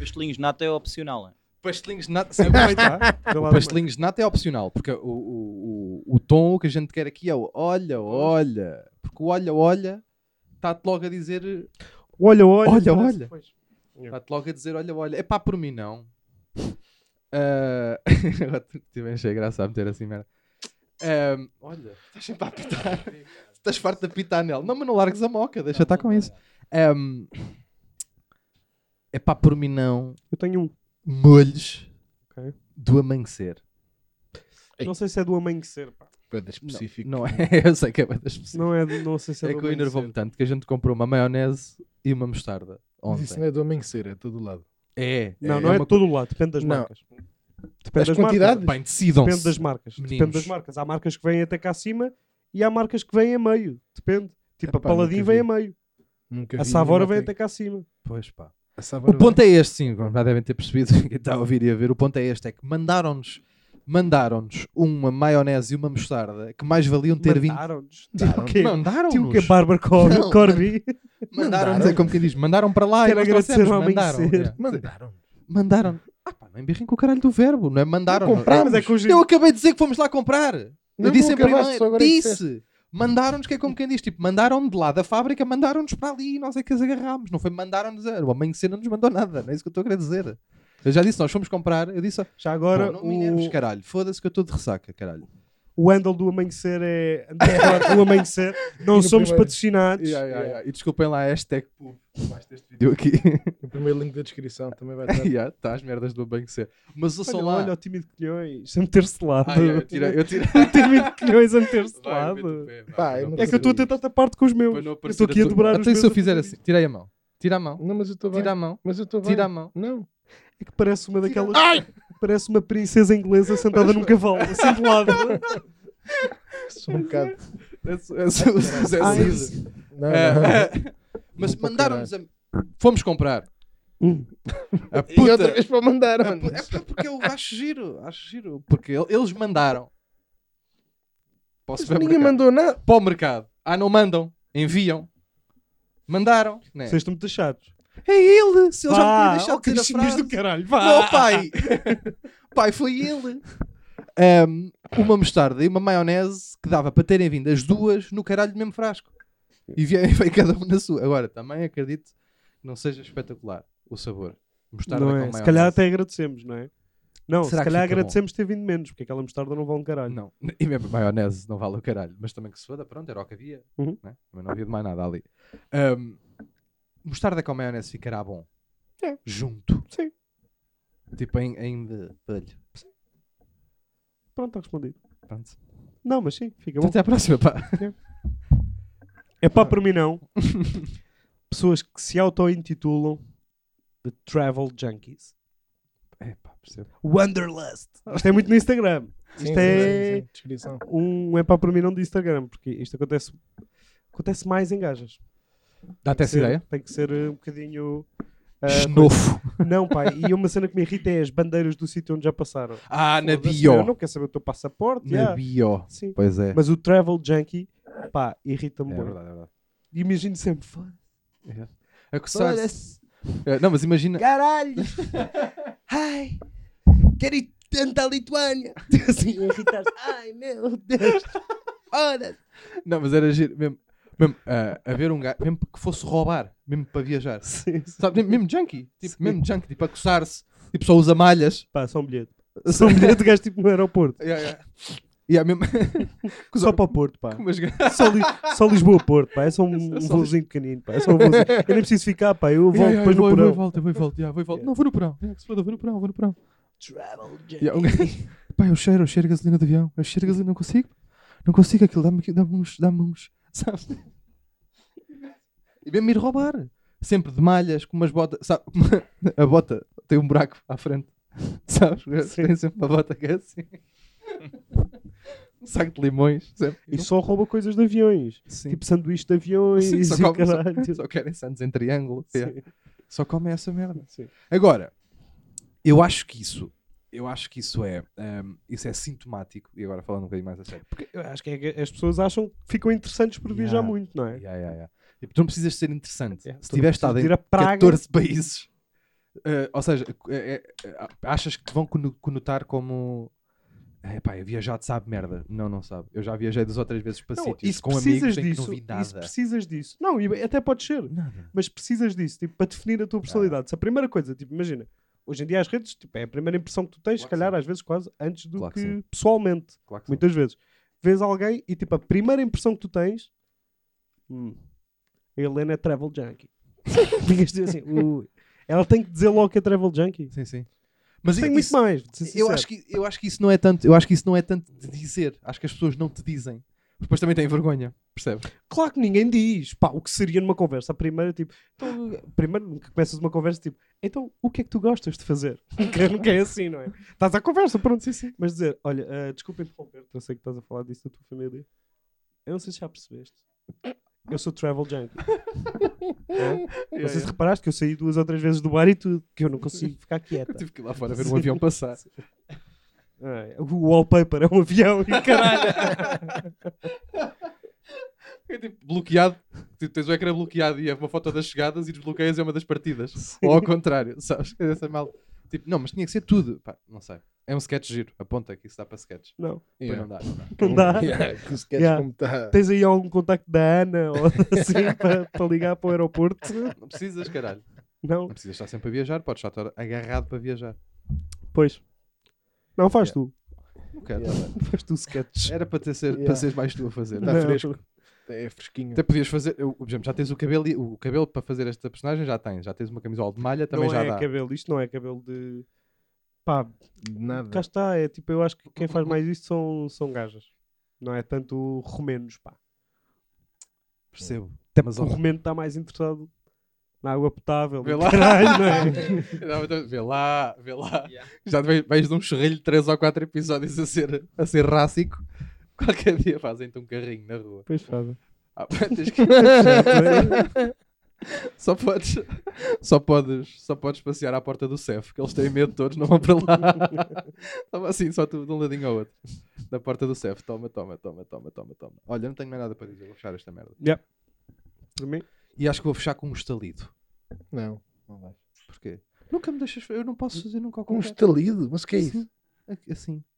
S4: Pastelinhos de nata é opcional.
S1: Pastelinhos de nata. Sempre vai estar.
S3: tá. Vê lá,
S1: Pastelinhos de nata é opcional. Porque o, o, o, o tom que a gente quer aqui é o olha, olha. Porque o olha, olha está-te logo a dizer
S3: Olha,
S1: Olha,
S3: olha. parece-
S1: olha.
S3: pois.
S1: Está-te logo a dizer, olha, olha, é pá, por mim não. Ah, Agora tu- tive a encher graça a meter assim, merda. Ahm, olha, estás sempre a apitar. estás farto de apitar nele. Não, mas não largues a moca, deixa estar com isso. Ahm, é pá, por mim não.
S3: Eu tenho um.
S1: Molhos
S3: Ok.
S1: do amanhecer.
S2: Ei.
S3: Não sei se é do amanhecer, pá.
S2: Coisa
S1: Não,
S2: específica.
S1: Não, é, eu sei que é bem específico.
S3: Não é do, não sei se é,
S1: É
S3: do
S1: que eu enervou-me tanto que a gente comprou uma maionese e uma mostarda ontem.
S2: Isso não é do amanhecer, é todo lado.
S1: É,
S3: Não, não é,
S1: uma
S3: todo o lado, depende das
S2: Não.
S3: marcas. Depende
S2: As
S3: das
S2: quantidades?
S1: coisa- Bem, decidam-se.
S3: Depende das marcas. Depende
S1: Meninos.
S3: das marcas. Há marcas que vêm até cá acima e há marcas que vêm a meio. Depende. Tipo,
S2: Epá,
S3: a Paladin
S2: nunca
S3: vem a
S2: vi.
S3: meio.
S2: Nunca
S3: A
S2: vi
S3: Savora
S2: nenhuma tem-
S3: vem até cá acima.
S1: Pois pá.
S2: A Savora
S1: O ponto é este, sim, como já devem ter percebido, quem está a ouvir e a ver, o ponto é este, é que mandaram-nos mandaram-nos uma maionese e uma mostarda que mais valiam um ter vindo.
S3: Mataram-nos. Tipo o quê? Tipo o quê?
S1: Mandaram-nos.
S3: Barber Cor
S1: Não,
S3: Corby?
S1: Mandaram-nos, é como quem diz, mandaram para lá e
S3: Quero
S1: nós
S3: agradecer ao
S1: trouxemos, mandaram.
S3: amanhecer.
S1: yeah.
S2: Mandaram.
S1: Mandaram. Ah pá, não embirrem com o caralho do verbo, não é mandaram.
S2: Não comprámos.
S3: Mas é que hoje...
S1: Eu acabei de dizer que fomos lá comprar.
S2: Não,
S1: eu disse em
S2: nunca basta, só
S1: primeiro,
S2: agora é que
S1: disse. Mandaram-nos, que é como quem diz, tipo, mandaram de lá da fábrica, mandaram-nos para ali e nós é que as agarrámos. Não foi mandaram-nos, a- o amanhecer não nos mandou nada, não é isso que eu estou a querer dizer. Eu já disse, nós fomos comprar, eu disse,
S3: Já
S1: Ora,
S3: agora,
S1: não me enerves,
S3: o,
S1: caralho. Foda-se que eu estou de ressaca, caralho.
S3: o handle do amanhecer é... underscore do amanhecer. Não
S2: no
S3: somos
S2: primeiro-
S3: patrocinados.
S1: E desculpem lá a hashtag pub debaixo deste vídeo aqui.
S2: O primeiro link da descrição também vai estar.
S1: yeah, tá, as merdas do banco ser. Mas ouçam
S3: Olha,
S1: lá.
S3: olha o time de colhões a meter-se lado.
S1: Ah, yeah, eu tirei. Eu tirei...
S3: O time de colhões a meter-se
S1: Vai, eu meto o
S3: lado.
S1: pé, vai,
S2: Pá,
S1: para
S2: eu
S1: não-
S2: não-
S3: É que eu estou a tentar tapar-te com os meus.
S1: para não
S3: Eu
S1: aparecer
S3: estou aqui a
S1: tua-
S3: dobrar os
S1: Até
S3: meus.
S1: se eu
S3: a
S1: fizer
S3: fazer
S1: assim. Tirei a mão. Tira a mão.
S2: Não, mas eu estou bem.
S1: Tira a mão.
S2: Mas eu estou bem.
S1: Tira a mão.
S2: Não.
S3: É que parece uma daquelas. Parece uma princesa inglesa sentada num cavalo, assim de lado.
S2: Sou um bocado.
S1: É su- é su- é su-
S3: Ah,
S1: é
S3: isso.
S1: su-
S2: Não, não.
S1: É, é. Mas
S2: Vou para
S1: mandaram-nos a. Fomos comprar.
S3: Hum.
S1: A
S2: E
S1: puta.
S2: outra vez para
S1: a
S2: mandaram.
S1: pu- É porque- porque eu acho giro. Acho giro. Porque el- eles mandaram. Posso ver
S2: Ninguém mandou nada.
S1: para o mercado. Ah, não mandam, enviam. Mandaram. Né?
S3: Vocês estão muito chatos.
S1: É ele! Se ele já
S3: Vá,
S1: me
S3: ó,
S1: tinha deixado dizer a
S3: cristinhas
S1: frase.
S3: do caralho, vá!
S1: Não, pai! pai, foi ele! Ahm, uma mostarda e uma maionese que dava para terem vindo as duas no caralho do mesmo frasco. E vie- veio cada um na sua. Agora, também acredito que não seja espetacular o sabor. Mostarda
S3: Não
S1: com
S3: é?
S1: maionese.
S3: Se calhar até agradecemos, não é? Não,
S1: Será
S3: se
S1: que
S3: calhar
S1: fica
S3: agradecemos ter vindo menos, porque aquela mostarda não vale um caralho.
S1: Não, e mesmo a maionese não vale o caralho, mas também que se foda, pronto, era o que havia,
S3: Uhum.
S1: né? também não havia de mais nada ali. Ahm, mostarda com maionese ficará bom.
S3: É.
S1: Junto.
S3: Sim.
S1: Tipo em, em de palho.
S3: Pronto, está respondido.
S1: Pronto.
S3: Não, mas sim, fica
S1: Então,
S3: bom.
S1: até à próxima, pá.
S3: É pá, para mim não. Pessoas que se auto-intitulam de Travel Junkies.
S1: É, pá, percebo.
S3: Wanderlust. Isto é muito no Instagram.
S2: Sim,
S3: Isto
S2: sim,
S3: é-
S2: sim, sim, Descrição.
S3: um é para para mim não de Instagram, porque isto acontece acontece mais em gajas.
S1: Dá-te essa
S3: Ser-
S1: ideia?
S3: Tem que ser uh, um bocadinho ah,
S1: é, Xenofo.
S3: coisa- Não, pai, e uma cena que me irrita é as bandeiras do sítio onde já passaram.
S1: Ah, na
S3: Foda-se, Eu
S1: bio.
S3: não quero saber o teu passaporte.
S1: Na
S3: yeah.
S1: bio.
S3: Sim.
S1: Pois é.
S3: Mas o travel junkie, pá,
S1: É
S3: irrita-me. bué.
S1: verdade, é verdade.
S3: E Imagino sempre, "Foda-se,
S1: Acusar-se. É, Não, mas imagina.
S3: caralho, ai, quero ir tanto à Lituânia. Assim, irritar-se, ai meu Deus, foda-se.
S1: Não, mas era giro. Mesmo, mesmo ah, haver um gajo, mesmo que fosse roubar, mesmo para viajar.
S3: Sim, sim.
S1: Sabe, mesmo junkie, tipo,
S3: Sim.
S1: mesmo junkie, tipo, a coçar-se, tipo, só usa malhas.
S3: Pá, só um bilhete. Só um bilhete, gajo tipo no aeroporto.
S1: Yeah, yeah. Yeah, mesmo...
S3: Só para o Porto, pá.
S1: Mas ga-
S3: Só, Li- só Lisboa-Porto, pá. É só um, um
S1: Lis-
S3: voozinho pequenino, pá. É só um voozinho. Eu nem preciso ficar, pá. Eu volto
S1: Yeah, yeah,
S3: depois
S1: vou,
S3: no
S1: vou e
S3: porão.
S1: volto, eu vou e volto, yeah, vou e volto.
S3: Yeah.
S1: Não, vou no porão. Yeah, que se foda, vou no porão, vou no porão. Yeah, um gajo- Pá, eu cheiro, eu cheiro a gasolina de avião, eu cheiro a gasolina, não consigo. Não consigo aquilo, dá-me aqui- dá-me uns, dá-me uns, sabes? E mesmo ir roubar. Sempre de malhas, com umas botas, sabe? A bota tem um buraco à frente. Sabes? Eu tenho sempre uma bota que é assim. Um saco de limões. Sempre.
S3: E só rouba coisas de aviões.
S1: Sim.
S3: Tipo sanduíche de aviões
S1: Sim, só,
S3: e
S1: come,
S3: caralho.
S1: só, só querem sandes em triângulo. é.
S3: Sim,
S1: Só comem essa merda.
S3: sim.
S1: Agora, eu acho que isso, eu acho que isso é, ehm, isso é sintomático. E agora falando um bocadinho mais a sério.
S3: Porque eu acho que é que as pessoas acham que ficam interessantes por viajar
S1: Yeah.
S3: muito, não é?
S1: Yeah, yeah, yeah. Tipo, tu não precisas ser interessante.
S3: Yeah,
S1: Se
S3: tu não
S1: tiveres
S3: precisas
S1: estado
S3: de
S1: em
S3: ir a Praga.
S1: 14 países, eh, ou seja, eh, eh, eh, achas que te vão cono- conotar como. É pá, viajado sabe merda. Não, não sabe. Eu já viajei duas ou três vezes para
S3: Não,
S1: sítios
S3: isso
S1: com amigos
S3: precisas
S1: em que não
S3: disso.
S1: vi
S3: Isso
S1: nada.
S3: precisas disso. Não, e até pode ser.
S1: Nada.
S3: mas precisas disso, tipo, para definir a
S1: É.
S3: tua personalidade. Se a primeira coisa, tipo, imagina, hoje em dia as redes, tipo, é a primeira impressão que tu tens,
S1: Claro
S3: se
S1: que
S3: calhar
S1: sim.
S3: às vezes quase antes do
S1: Claro que
S3: que
S1: sim.
S3: pessoalmente,
S1: Claro que sim.
S3: muitas vezes. Vês alguém e, tipo, a primeira impressão que tu tens, hum, a Helena é travel junkie. Ficas tipo assim, ui. Ela tem que dizer logo que é travel junkie.
S1: Sim, sim. Mas
S3: tem
S1: isso,
S3: muito mais, de ser
S1: eu acho que eu acho que isso não é tanto eu acho que isso não é tanto de dizer acho que as pessoas não te dizem depois também têm vergonha percebes
S3: Claro que ninguém diz. Pá, o que seria numa conversa? A primeira, tipo, então, primeiro que começas uma conversa, tipo, então o que é que tu gostas de fazer? Nunca, nunca é assim, não é? Estás à conversa, pronto, sim, sim. Mas dizer, olha, ah, desculpa interromper, eu sei que estás a falar disso da tua família. Eu não sei se já percebeste. Eu sou travel junkie. Hã? não sei se reparaste que eu saí duas ou três vezes do bar e tudo, que eu não consigo ficar quieta.
S1: eu tive que ir lá fora ver um
S3: Sim.
S1: avião passar
S3: Ah, o wallpaper é um avião e caralho.
S1: é tipo bloqueado tipo, tens o ecrã bloqueado e é uma foto das chegadas e desbloqueias é uma das partidas ou ao contrário sabes É essa mal tipo não mas tinha que ser tudo Pá, não sei é um sketch giro aponta que isso dá para sketch
S3: não,
S1: Pois não dá
S3: não dá.
S2: Yeah, que se queres
S3: Yeah.
S2: como tá. está.
S3: Tens aí algum contacto da Ana ou assim para, para ligar para o aeroporto?
S1: não precisas caralho
S3: Não,
S1: não precisas estar sempre a viajar podes estar agarrado para viajar
S3: pois. Não, faz
S1: Yeah.
S3: tu.
S1: não quero
S2: Yeah.
S1: também.
S3: Faz tu sketch.
S1: era para, ter ser, para
S2: Yeah.
S1: seres mais tu a fazer
S2: Tá
S3: Não.
S2: fresco. É fresquinho.
S1: Até podias fazer, eu, por exemplo, já tens o cabelo, e- o cabelo para fazer esta personagem já tens, já tens uma camisola de malha, também
S3: não
S1: já
S3: é
S1: dá.
S3: cabelo, isto não é cabelo de. Pá,
S2: De nada.
S3: cá está, é tipo, eu acho que quem faz mais isto são, são gajas. Não é tanto romenos, pá.
S1: Percebo.
S3: Até
S1: Mas
S3: porque o
S1: olha-
S3: romeno está mais interessado na água potável.
S1: Vê
S3: e
S1: lá.
S3: Caralho, não é?
S1: Não, então, vê lá, vê lá. Já te vais, vais de um churrilho de 3 ou 4 episódios a ser, a ser rássico. Qualquer dia fazem-te um carrinho na rua.
S3: Pois faz. É
S1: Ah, pá, tens que- só, podes, só, podes, só podes passear à porta do CEF, que eles têm medo todos, não vão para lá. Toma assim, só tu de um ladinho ao outro. Da porta do CEF, toma, toma, toma, toma, toma, toma. Olha, não tenho mais nada para dizer, vou fechar esta merda.
S3: Para mim,
S1: E acho que vou fechar com um estalido.
S2: Não.
S1: Porquê? Nunca me deixas. Eu não posso fazer nunca
S2: Com
S1: com
S2: um estalido? Mas o que é isso?
S1: Assim.